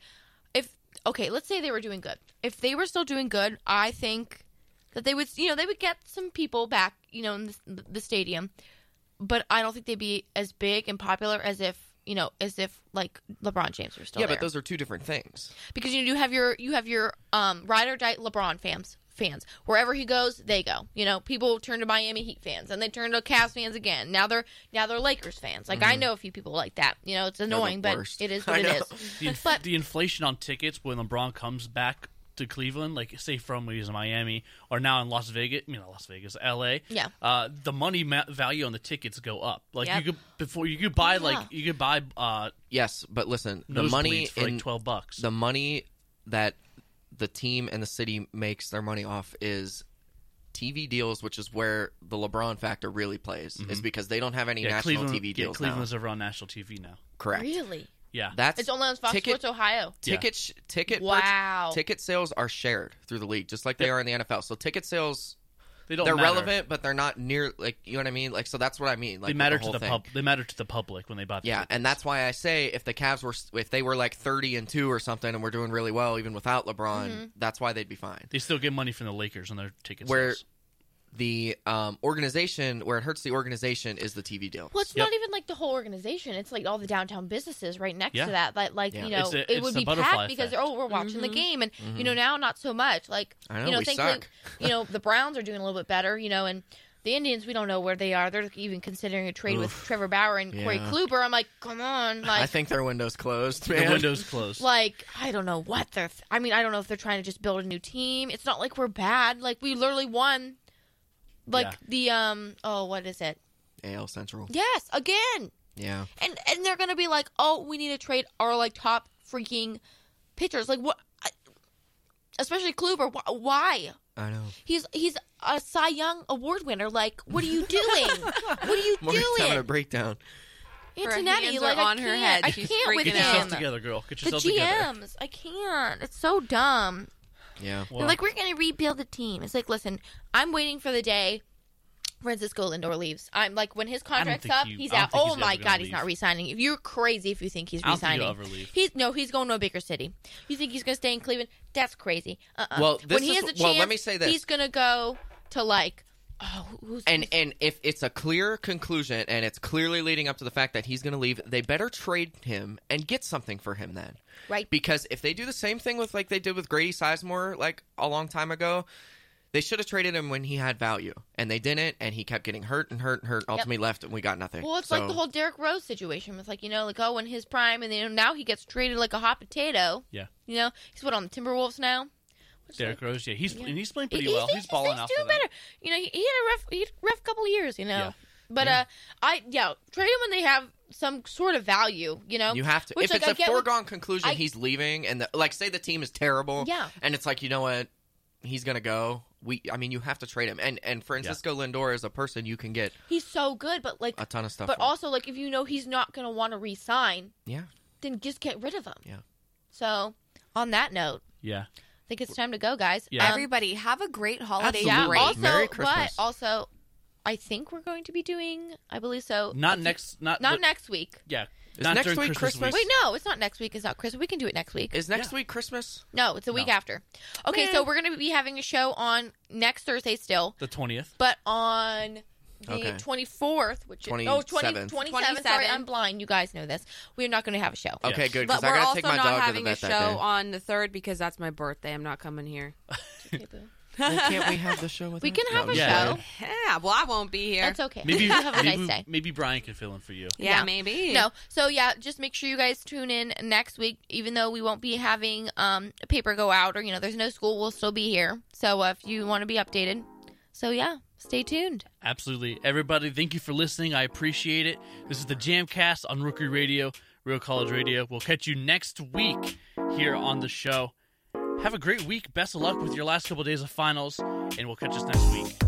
S3: if okay, let's say they were doing good. If they were still doing good, I think that they would. You know, they would get some people back. You know, in the, the stadium, but I don't think they'd be as big and popular as if. You know, as if like LeBron James were still
S2: yeah,
S3: there.
S2: but those are two different things.
S3: because you do have your you have your um ride or die LeBron fans fans wherever he goes they go you know people turn to Miami Heat fans and they turn to Cavs fans again now they're now they're Lakers fans like I know a few people like that you know it's
S2: Mm-hmm. the
S3: annoying but
S2: worst.
S3: it is
S2: I
S3: what it
S2: know.
S3: is
S1: the, inf-
S3: But-
S1: the inflation on tickets when LeBron comes back to Cleveland, like say from when he's in Miami or now in Las Vegas, I mean not Las Vegas, L.A.
S3: Yeah.
S1: uh, the money ma- value on the tickets go up. Like
S4: Yep.
S1: you could before you could buy
S3: Yeah.
S1: like you could buy uh,
S2: Yes, but listen, the
S1: nosebleeds
S2: money
S1: for
S2: in-
S1: like twelve bucks.
S2: the money that the team and the city makes their money off is TV deals, which is where the LeBron factor really plays, is because they don't have any national
S1: Mm-hmm. Cleveland-
S2: TV
S1: yeah,
S2: deals now.
S1: Cleveland's over on national TV now.
S2: Correct.
S3: really
S1: Yeah.
S2: That's
S3: It's only on Fox
S2: Ticket-
S3: Sports Ohio.
S1: Yeah.
S2: ticket sh- ticket purch-
S3: Wow.
S2: ticket sales are shared through the league just like they
S1: Yep.
S2: are in the NFL. So ticket sales
S1: They don't
S2: they're
S1: matter.
S2: relevant but they're not near like you know what I mean? Like so that's what I mean. Like
S1: They
S2: with
S1: matter to
S2: whole
S1: the
S2: thing.
S1: pub. They matter to the public when they buy the
S2: Yeah,
S1: ticket.
S2: and that's why I say if the Cavs were if they were like 30 and 2 or something and we're doing really well even without LeBron,
S3: Mm-hmm.
S2: that's why they'd be fine.
S1: They still get money from the Lakers on their ticket
S2: Where-
S1: sales.
S2: The um, organization where it hurts the organization is the TV deal.
S3: Well, it's
S1: Yep.
S3: not even like the whole organization. It's like all the downtown businesses right next
S1: Yeah.
S3: to that. That like
S2: Yeah.
S3: you know,
S1: It's a-
S3: it
S1: it's
S3: would
S1: the
S3: be
S1: butterfly
S3: packed because
S1: effect. Mm-hmm.
S3: oh, we're watching the
S4: Mhm.
S3: game, and you know now not so much. Like
S2: Mm-hmm. I know,
S3: you know,
S2: we
S3: thankfully,
S2: suck.
S3: you know the Browns are doing a little bit better. You know, and the Indians, we don't know where they are. They're even considering a trade with
S1: Oof.
S3: Trevor Bauer and Corey
S2: Yeah.
S3: Kluber. I'm like, come on, like.
S2: I think their window's closed,
S1: The
S2: man.
S1: windows closed.
S3: like I don't know what they're. Th- I mean, I don't know if they're trying to just build a new team. It's not like we're bad. Like we literally won, like
S1: Yeah.
S3: the um. Oh, what is it?
S2: AL Central.
S3: Yes, again.
S2: Yeah.
S3: and and they're gonna be like, oh, we need to trade our like top freaking pitchers. Like what? I- Especially Kluber. Wh- Why?
S2: I know.
S3: He's he's a Cy Young award winner. Like, what are you doing? what are you
S2: Morgan's having a
S3: doing,
S2: breakdown.
S4: Her
S3: Antonetti?
S4: hands
S3: Like,
S4: are
S3: I
S4: on her
S3: can't.
S4: head.
S3: I
S4: She's
S3: can't with
S1: Get
S4: freaking
S1: yourself
S4: out.
S3: him.
S1: together, girl. Get
S3: The
S1: yourself together.
S3: GMs. I can't. It's so dumb.
S2: Yeah.
S1: Well,
S3: Like we're gonna rebuild the team. It's like, listen, I'm waiting for the day Francisco Lindor leaves. I'm like, when his contract's
S1: think
S3: up,
S1: he-
S3: he's
S1: I don't
S3: out.
S1: think
S3: Oh
S1: he's ever
S3: my
S1: gonna
S3: god,
S1: leave.
S3: he's not resigning. If You're crazy if you think he's
S1: I don't think
S3: resigning.
S1: he'll ever leave.
S3: He's no, he's going to a bigger city. You think he's gonna stay in Cleveland? That's crazy. Uh-uh.
S2: Well,
S3: when
S2: this
S3: he
S2: is-
S3: has a chance,
S2: well, let me say this.
S3: he's gonna go to like, oh, who's
S2: And and if it's a clear conclusion and it's clearly leading up to the fact that he's going to leave, they better trade him and get something for him then.
S3: right?
S2: Because if they do the same thing with like they did with Grady Sizemore like a long time ago, they should have traded him when he had value, and they didn't, and he kept getting hurt and hurt and hurt. Ultimately, left and we got nothing.
S3: Well, it's
S2: So-
S3: like the whole Derrick Rose situation. It's like you know, like oh, in his prime, and then now he gets traded like a hot potato.
S1: Yeah.
S3: you know, he's what on the Timberwolves now. Which,
S1: Derrick Rose, yeah, he's
S3: Yeah.
S1: and he's playing
S3: He-
S1: pretty well. He's, balling out for
S3: doing
S1: them.
S3: better. You know, he, he had a rough, he had a rough couple of years. You know,
S1: Yeah.
S3: but
S2: Yeah.
S3: uh, I yeah, trade him when they have some sort of value. You know,
S2: You have to.
S3: Which,
S2: if
S3: like,
S2: it's
S3: I
S2: a
S3: get what-
S2: foregone conclusion,
S3: I-
S2: he's leaving, and the, like, say the team is terrible,
S3: Yeah.
S2: and it's like, you know what, he's gonna go. We, I mean, you have to trade him, and and Francisco Lindor is a person you can get
S3: he's so good, but like,
S2: a ton of stuff.
S3: but
S2: from.
S3: also like if you know he's not going to want to resign,
S2: yeah,
S3: then just get rid of him.
S2: Yeah.
S3: So on that note,
S1: Yeah,
S3: I think it's time to go, guys.
S1: Yeah.
S3: Um,
S4: Everybody, have a great holiday
S3: yeah.
S4: break.
S3: Also,
S2: Merry
S3: but
S2: Christmas.
S3: also, I think we're going to be doing. I believe so.
S1: not next. Not
S3: Not
S1: the-
S3: next week.
S1: Yeah,
S2: Is
S1: not
S2: next
S1: during
S2: week
S1: Christmas.
S2: Christmas?
S1: week.
S3: Wait, no, it's not next week. It's not Christmas. We can do it next week.
S2: is next
S1: Yeah.
S2: week Christmas?
S3: No, it's the week
S1: No.
S3: after. Okay, so we're going to be having a show on next Thursday still,
S1: the twentieth.
S3: but on the
S2: Okay.
S3: 24th, which is oh, 20,
S2: 27th.
S3: 27th. Sorry,
S4: 27th.
S3: I'm blind. You guys know this. We're not going to have a show.
S1: Yeah.
S2: Okay, good.
S4: But
S2: Because I
S4: we're
S2: gotta
S4: also
S2: take my
S4: not
S2: dog to the
S4: having a
S2: vet
S4: show
S2: that day.
S4: on the third because that's my birthday. I'm not coming here.
S3: Okay, boo.
S2: Why can't we have the show? With
S3: We can have a
S1: Yeah.
S3: show.
S4: Yeah, well, I won't be here.
S3: That's okay.
S1: Maybe
S3: you have a nice
S1: maybe-
S3: day.
S1: Maybe Brian can fill in for you.
S4: yeah,
S3: Yeah.
S4: maybe.
S3: No, so yeah, just make sure you guys tune in next week. Even though we won't be having um paper go out or you know there's no school, we'll still be here. So uh, if you want to be updated, so yeah, stay tuned.
S1: Absolutely, everybody. Thank you for listening. I appreciate it. This is the Jamcast on Rookie Radio, Real College Radio. We'll catch you next week here on the show. Have a great week. Best of luck with your last couple days of finals, and we'll catch us next week.